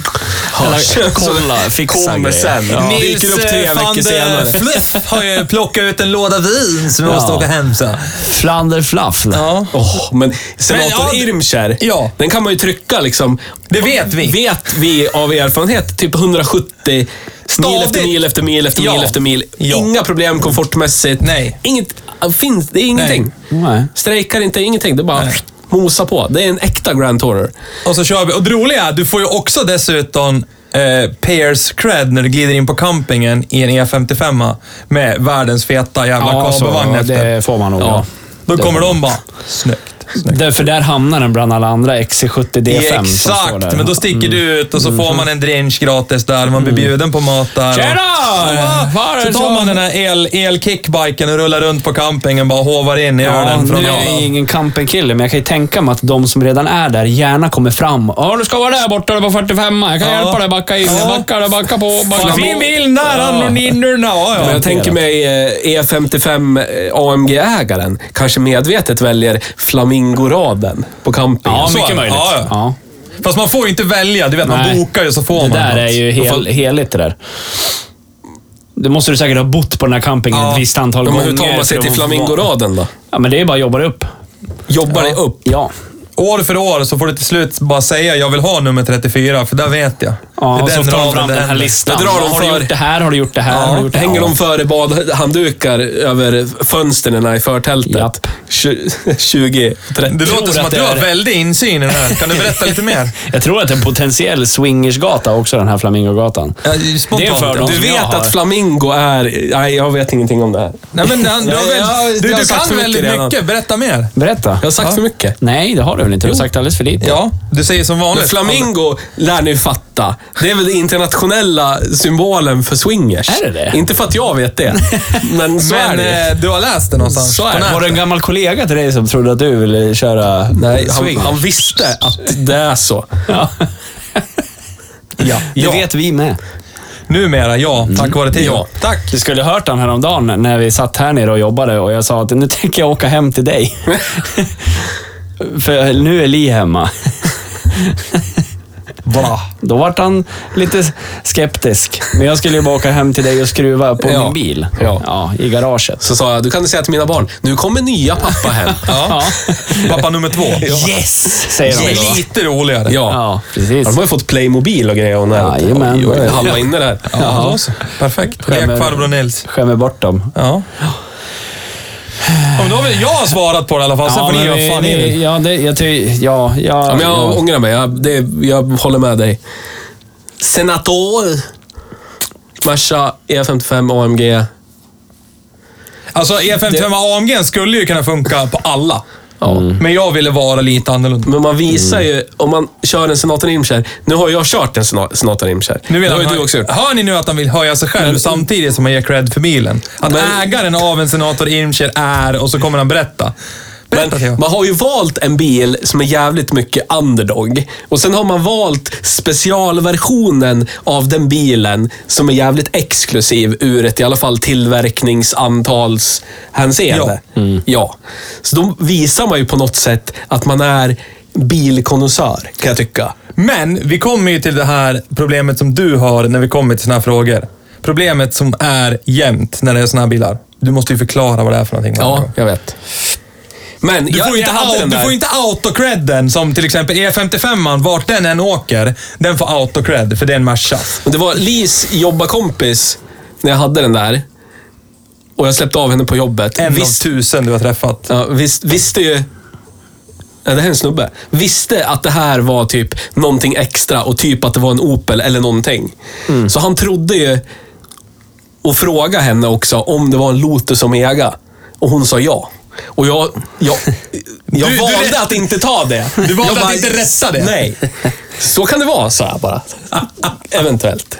Speaker 4: hörs.
Speaker 2: Eller kolla, fixa
Speaker 4: Kommer
Speaker 2: grejer.
Speaker 4: sen.
Speaker 2: Ja.
Speaker 4: Dyker upp tre
Speaker 3: eh, van
Speaker 4: veckor senare.
Speaker 3: der Fluff har ju plockat ut en låda vin som vi måste
Speaker 2: Ja.
Speaker 3: åka hem sen.
Speaker 2: Flander Fluffl.
Speaker 3: Ja.
Speaker 4: Åh, men senator
Speaker 3: Men ja, det-
Speaker 4: Irmscher,
Speaker 3: Ja.
Speaker 4: den kan man ju trycka liksom.
Speaker 3: Det vet vi.
Speaker 4: Vet vi av erfarenhet, typ 170 mil
Speaker 3: Stadigt.
Speaker 4: efter mil efter mil efter
Speaker 3: Ja.
Speaker 4: mil efter mil.
Speaker 3: Ja.
Speaker 4: Inga problem komfortmässigt.
Speaker 3: Nej.
Speaker 4: Inget, finns, det är ingenting.
Speaker 2: Nej.
Speaker 4: Strejkar inte, ingenting. Det är bara mosa på. Det är en äkta Grand Tourer.
Speaker 3: Och så kör vi. Och det roliga är, du får ju också dessutom eh, Pairs cred när du glider in på campingen i en E55 med världens feta jävla
Speaker 2: Ja,
Speaker 3: kabelvagn
Speaker 2: så,
Speaker 3: efter.
Speaker 2: det får man nog.
Speaker 4: Ja.
Speaker 2: Ja.
Speaker 3: Då kommer de bara, snyggt. snyggt.
Speaker 2: Därför där hamnar den bland alla andra XC70 D5. E som står
Speaker 3: Exakt,
Speaker 2: där. Mm.
Speaker 3: men då sticker du ut och så får man en drinch gratis där. Man blir bjuden på mat där. och-
Speaker 2: Tjena!
Speaker 3: Bara!
Speaker 2: Bara
Speaker 3: Så tar man den här el, el-kickbiken och rullar runt på campingen bara hovar in i
Speaker 2: Ja,
Speaker 3: ölen.
Speaker 2: nu
Speaker 3: Från
Speaker 2: är jag ingen Kampen-kille, men jag kan ju tänka mig att de som redan är där gärna kommer fram. Ja, du ska vara där borta du på 45 Jag kan
Speaker 3: Ja.
Speaker 2: hjälpa dig backa in.
Speaker 3: Ja.
Speaker 2: Backa, backa på. Backa
Speaker 3: Fan,
Speaker 2: på.
Speaker 3: min bil där, han och ninnorna. Ja,
Speaker 4: Men
Speaker 3: ja.
Speaker 4: jag tänker mig eh, E55 eh, AMG-ägaren kanske medvetet väljer flamingoraden på campingen.
Speaker 2: Ja,
Speaker 3: Så är
Speaker 2: mycket
Speaker 3: det.
Speaker 2: möjligt.
Speaker 3: Ja, ja.
Speaker 2: Ja.
Speaker 3: Fast man får ju inte välja. Du vet, man
Speaker 2: Nej.
Speaker 3: bokar ju så får
Speaker 2: Det
Speaker 3: man
Speaker 2: där
Speaker 3: något.
Speaker 2: är ju
Speaker 3: Då får-
Speaker 2: hel, heligt det där. Det måste du säkert ha bott på den här campingen
Speaker 3: Ja.
Speaker 2: ett visst antal
Speaker 4: Ja, men
Speaker 2: gånger.
Speaker 4: hur tar man sig
Speaker 2: för
Speaker 4: till
Speaker 2: att vara-
Speaker 4: flamingoraden då?
Speaker 2: Ja, men det är bara att jobba dig upp.
Speaker 4: Jobbar dig upp.
Speaker 2: Ja.
Speaker 3: År för år så får du till slut bara säga jag vill ha nummer 34, för där vet jag.
Speaker 2: ja och
Speaker 3: Det är
Speaker 2: så tar de
Speaker 3: raden
Speaker 2: fram
Speaker 3: det
Speaker 2: den här
Speaker 3: händer.
Speaker 2: listan.
Speaker 4: Då drar de
Speaker 2: har du
Speaker 4: för-
Speaker 2: gjort det här? Har du gjort det här? har du gjort det här?
Speaker 4: Hänger de före badhanddukar över fönstren i förtältet?
Speaker 2: Japp.
Speaker 4: 20, 30.
Speaker 3: Det låter
Speaker 2: tror
Speaker 3: som
Speaker 2: att
Speaker 3: att
Speaker 2: det
Speaker 3: du har
Speaker 2: är-
Speaker 3: väldig insyn i den här. Kan du berätta lite mer?
Speaker 2: Jag tror att det är en potentiell swingersgata också, den här Flamingogatan.
Speaker 3: Ja, spontant.
Speaker 2: Det är en fördom.
Speaker 4: Du
Speaker 2: som jag
Speaker 4: vet
Speaker 2: har.
Speaker 4: att flamingo är... Nej, jag vet ingenting om det här.
Speaker 3: Nej, men, han- du, har
Speaker 4: Ja,
Speaker 3: väl,
Speaker 4: ja,
Speaker 3: du,
Speaker 4: jag har
Speaker 3: du
Speaker 4: sagt för
Speaker 3: kan väldigt
Speaker 4: mycket redan.
Speaker 3: mycket. Berätta mer.
Speaker 2: Berätta.
Speaker 4: Jag har sagt för mycket.
Speaker 2: Nej, det har du väl inte? Du har sagt alldeles för lite.
Speaker 3: Ja, du säger som vanligt.
Speaker 4: Men flamingo lär ni ju fatta. Det är väl den internationella symbolen för swingers.
Speaker 2: Är det det?
Speaker 4: Inte för att jag vet det, men så är
Speaker 3: Men
Speaker 4: det.
Speaker 3: eh, du har läst det någonstans.
Speaker 4: Så är
Speaker 3: På
Speaker 4: det.
Speaker 3: nätet.
Speaker 2: Var det en gammal kollega till dig som trodde att du ville köra
Speaker 4: Nej, han,
Speaker 2: swing?
Speaker 4: han visste att det är så.
Speaker 2: Ja.
Speaker 3: Ja.
Speaker 2: Det
Speaker 3: ja.
Speaker 2: vet vi med.
Speaker 3: Numera, ja. Tack vare Theo.
Speaker 4: Ja.
Speaker 3: Tack.
Speaker 2: Du skulle ha hört han häromdagen när vi satt här nere och jobbade och jag sa att nu tänker jag åka hem till dig. För nu är Li hemma.
Speaker 3: Bra.
Speaker 2: Då vart han lite skeptisk. Men jag skulle ju bara åka hem till dig och skruva på
Speaker 4: Ja.
Speaker 2: min bil.
Speaker 4: Ja.
Speaker 2: I garaget.
Speaker 4: Så sa jag, du kan säga till mina barn, nu kommer nya pappa hem.
Speaker 3: Ja. Pappa nummer två.
Speaker 2: Yes! Säger de då.
Speaker 3: Lite roligare.
Speaker 4: Ja.
Speaker 2: Ja, precis.
Speaker 4: Ja, De har ju fått Playmobil och grejer. Och när-
Speaker 2: Jajamän.
Speaker 4: Oj, oj, oj, Halva inne där.
Speaker 3: Ja, då så. Perfekt. Lek
Speaker 2: Skämmer.
Speaker 3: farbror Nils.
Speaker 2: Skämmer bort dem.
Speaker 3: Ja. ja men då har väl jag svarat på det i alla fall. Sen får ni göra vad fan ni vill.
Speaker 2: ja, det, jag ty, ja, ja,
Speaker 4: Ja, men jag ångrar mig. Jag, det, jag håller med dig. Senator. E Merca E55 AMG.
Speaker 3: Alltså E55 AMG skulle ju kunna funka på alla. Men jag ville vara lite annorlunda.
Speaker 4: Men man visar ju, om man kör en Senator Imcher. Nu har jag kört en Sena- Senator Imcher.
Speaker 3: Nu vill
Speaker 4: det har
Speaker 3: han
Speaker 4: ju du
Speaker 3: hö-
Speaker 4: också gjort. Mm.
Speaker 3: Hör ni nu att han vill höja sig själv samtidigt som han ger cred för bilen? Att
Speaker 4: Men-
Speaker 3: ägaren av en senator Irmscher är, och så kommer han berätta. Berätta Theo.
Speaker 4: Men man har ju valt en bil som är jävligt mycket underdog. Och sen har man valt specialversionen av den bilen som är jävligt exklusiv ur ett i alla fall tillverkningsantalshänseende. Ja.
Speaker 3: Mm.
Speaker 4: ja. Så då visar man ju på något sätt att man är bilkonnässör, kan jag tycka.
Speaker 3: Men vi kommer ju till det här problemet som du har när vi kommer till såna här frågor. Problemet som är jämt när det är såna här bilar. Du måste ju förklara vad det är för någonting.
Speaker 4: Ja, jag vet. Men
Speaker 3: Du
Speaker 4: jag,
Speaker 3: får, ju
Speaker 4: jag
Speaker 3: inte
Speaker 4: hade
Speaker 3: out,
Speaker 4: den
Speaker 3: du
Speaker 4: där.
Speaker 3: får ju inte autocredden som till exempel E55, vart den än åker, den får autocred för det är en Merca.
Speaker 4: Men Det var Lis jobbarkompis när jag hade den där. Och jag släppte av henne på jobbet.
Speaker 3: En
Speaker 4: Visst-
Speaker 3: av tusen du har träffat.
Speaker 4: Ja, visst, visste ju... Ja, det här är en snubbe. Visste att det här var typ någonting extra och typ att det var en Opel eller någonting. Så han trodde ju och frågade henne också om det var en Lotus som äga. Och hon sa ja. Och jag, jag, jag
Speaker 3: Du- du
Speaker 4: valde
Speaker 3: rätt-
Speaker 4: att inte ta det.
Speaker 3: Du valde
Speaker 4: Jag
Speaker 3: att inte rätta det.
Speaker 4: Nej. Så kan det vara, sa jag bara. Eventuellt.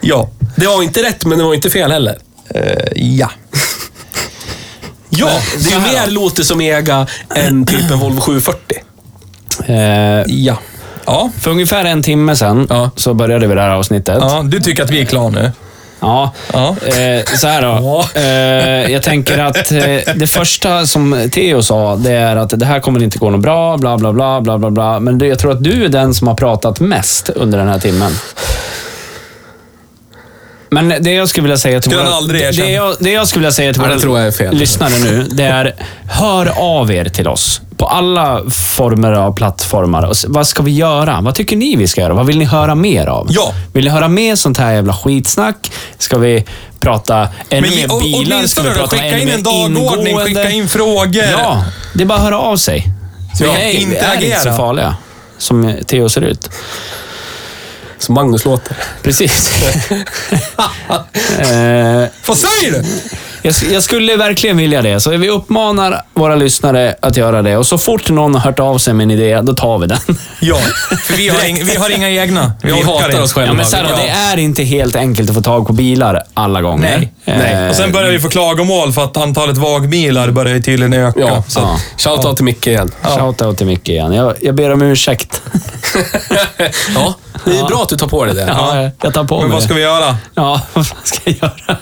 Speaker 3: Ja.
Speaker 4: Det var inte rätt, men det var inte fel heller. Eh,
Speaker 3: Ja.
Speaker 4: Ja, det är ju mer Lotus som äga än typ en Volvo 740.
Speaker 2: Eh,
Speaker 3: Ja. Ja.
Speaker 2: för ungefär en timme sedan
Speaker 3: Ja.
Speaker 2: så började vi det här avsnittet.
Speaker 3: Ja, du tycker att vi är klara nu?
Speaker 2: Ja,
Speaker 3: Ja.
Speaker 2: Eh, så här då.
Speaker 3: Ja.
Speaker 2: Eh, jag tänker att eh, det första som Theo sa, det är att det här kommer inte gå något bra, bla bla bla, bla bla bla. Men det, jag tror att du är den som har pratat mest under den här timmen. Men det jag skulle vilja säga till
Speaker 3: Skulle han
Speaker 2: våra-
Speaker 3: aldrig
Speaker 2: det,
Speaker 3: erkänna.
Speaker 2: det, jag, det jag skulle vilja säga till
Speaker 4: Ja, det
Speaker 2: våra
Speaker 4: tror jag är fel.
Speaker 2: lyssnare nu, det är hör av er till oss på alla former av plattformar. Och s- Vad ska vi göra? Vad tycker ni vi ska göra? Vad vill ni höra mer av?
Speaker 3: Ja.
Speaker 2: Vill ni höra mer sånt här jävla skitsnack? Ska vi prata ännu
Speaker 3: vi-
Speaker 2: mer
Speaker 3: och-
Speaker 2: bilar? Ska vi
Speaker 3: åtminstone då,
Speaker 2: prata
Speaker 3: skicka
Speaker 2: ännu
Speaker 3: in
Speaker 2: mer
Speaker 3: en dagordning,
Speaker 2: ingående?
Speaker 3: skicka in frågor.
Speaker 2: Ja, det är bara att höra av sig. Så
Speaker 3: Ja,
Speaker 2: vi är, vi är
Speaker 3: interagera.
Speaker 2: inte så farliga som Theo ser ut.
Speaker 4: Som Magnus låter.
Speaker 2: Precis. eh,
Speaker 3: Vad säger du?
Speaker 2: Jag, sk- jag skulle verkligen vilja det, så vi uppmanar våra lyssnare att göra det. Och så fort någon har hört av sig med en idé, då tar vi den.
Speaker 3: Ja, för vi har, ing, vi har inga egna. Vi,
Speaker 4: Vi
Speaker 3: orkar
Speaker 4: hatar
Speaker 3: inte.
Speaker 4: oss själva.
Speaker 2: Ja, men så här då, det är inte helt enkelt att få tag på bilar alla gånger.
Speaker 3: Nej,
Speaker 2: Eh,
Speaker 3: Och sen börjar vi få klagomål för att antalet vagbilar börjar ju tydligen öka.
Speaker 4: Ja,
Speaker 3: så att,
Speaker 4: Shoutout till Micke igen.
Speaker 2: Shoutout till Micke igen. Jag, jag ber om ursäkt.
Speaker 4: Ja, det är bra att du tar på dig det.
Speaker 2: Ja, jag tar på
Speaker 3: men
Speaker 2: mig
Speaker 3: vad ska
Speaker 2: det.
Speaker 3: vi göra?
Speaker 2: Ja, vad ska jag göra?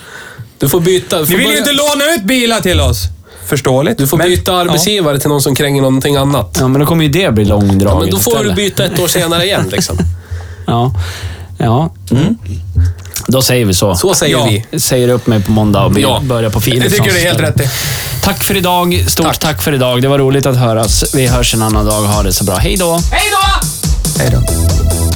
Speaker 4: Du får byta... Du får
Speaker 3: Ni vill ju
Speaker 4: börja-
Speaker 3: inte låna ut bilar till oss. Förståeligt.
Speaker 4: Du får byta arbetsgivare till någon som kränger någonting annat.
Speaker 2: Ja, men då kommer ju det bli långdraget
Speaker 4: Ja, men då får du
Speaker 2: istället.
Speaker 4: byta ett år senare igen. Liksom.
Speaker 2: Ja. ja. Mm. Då säger vi så.
Speaker 4: Så säger
Speaker 3: Ja.
Speaker 4: vi.
Speaker 2: Säger upp mig på måndag och
Speaker 4: Ja.
Speaker 2: börjar på Philips.
Speaker 3: Det tycker du är helt rätt i.
Speaker 2: Tack för idag. Stort tack. för idag. Det var roligt att höras. Vi hörs en annan dag. Ha det så bra. Hej då!
Speaker 3: Hej då.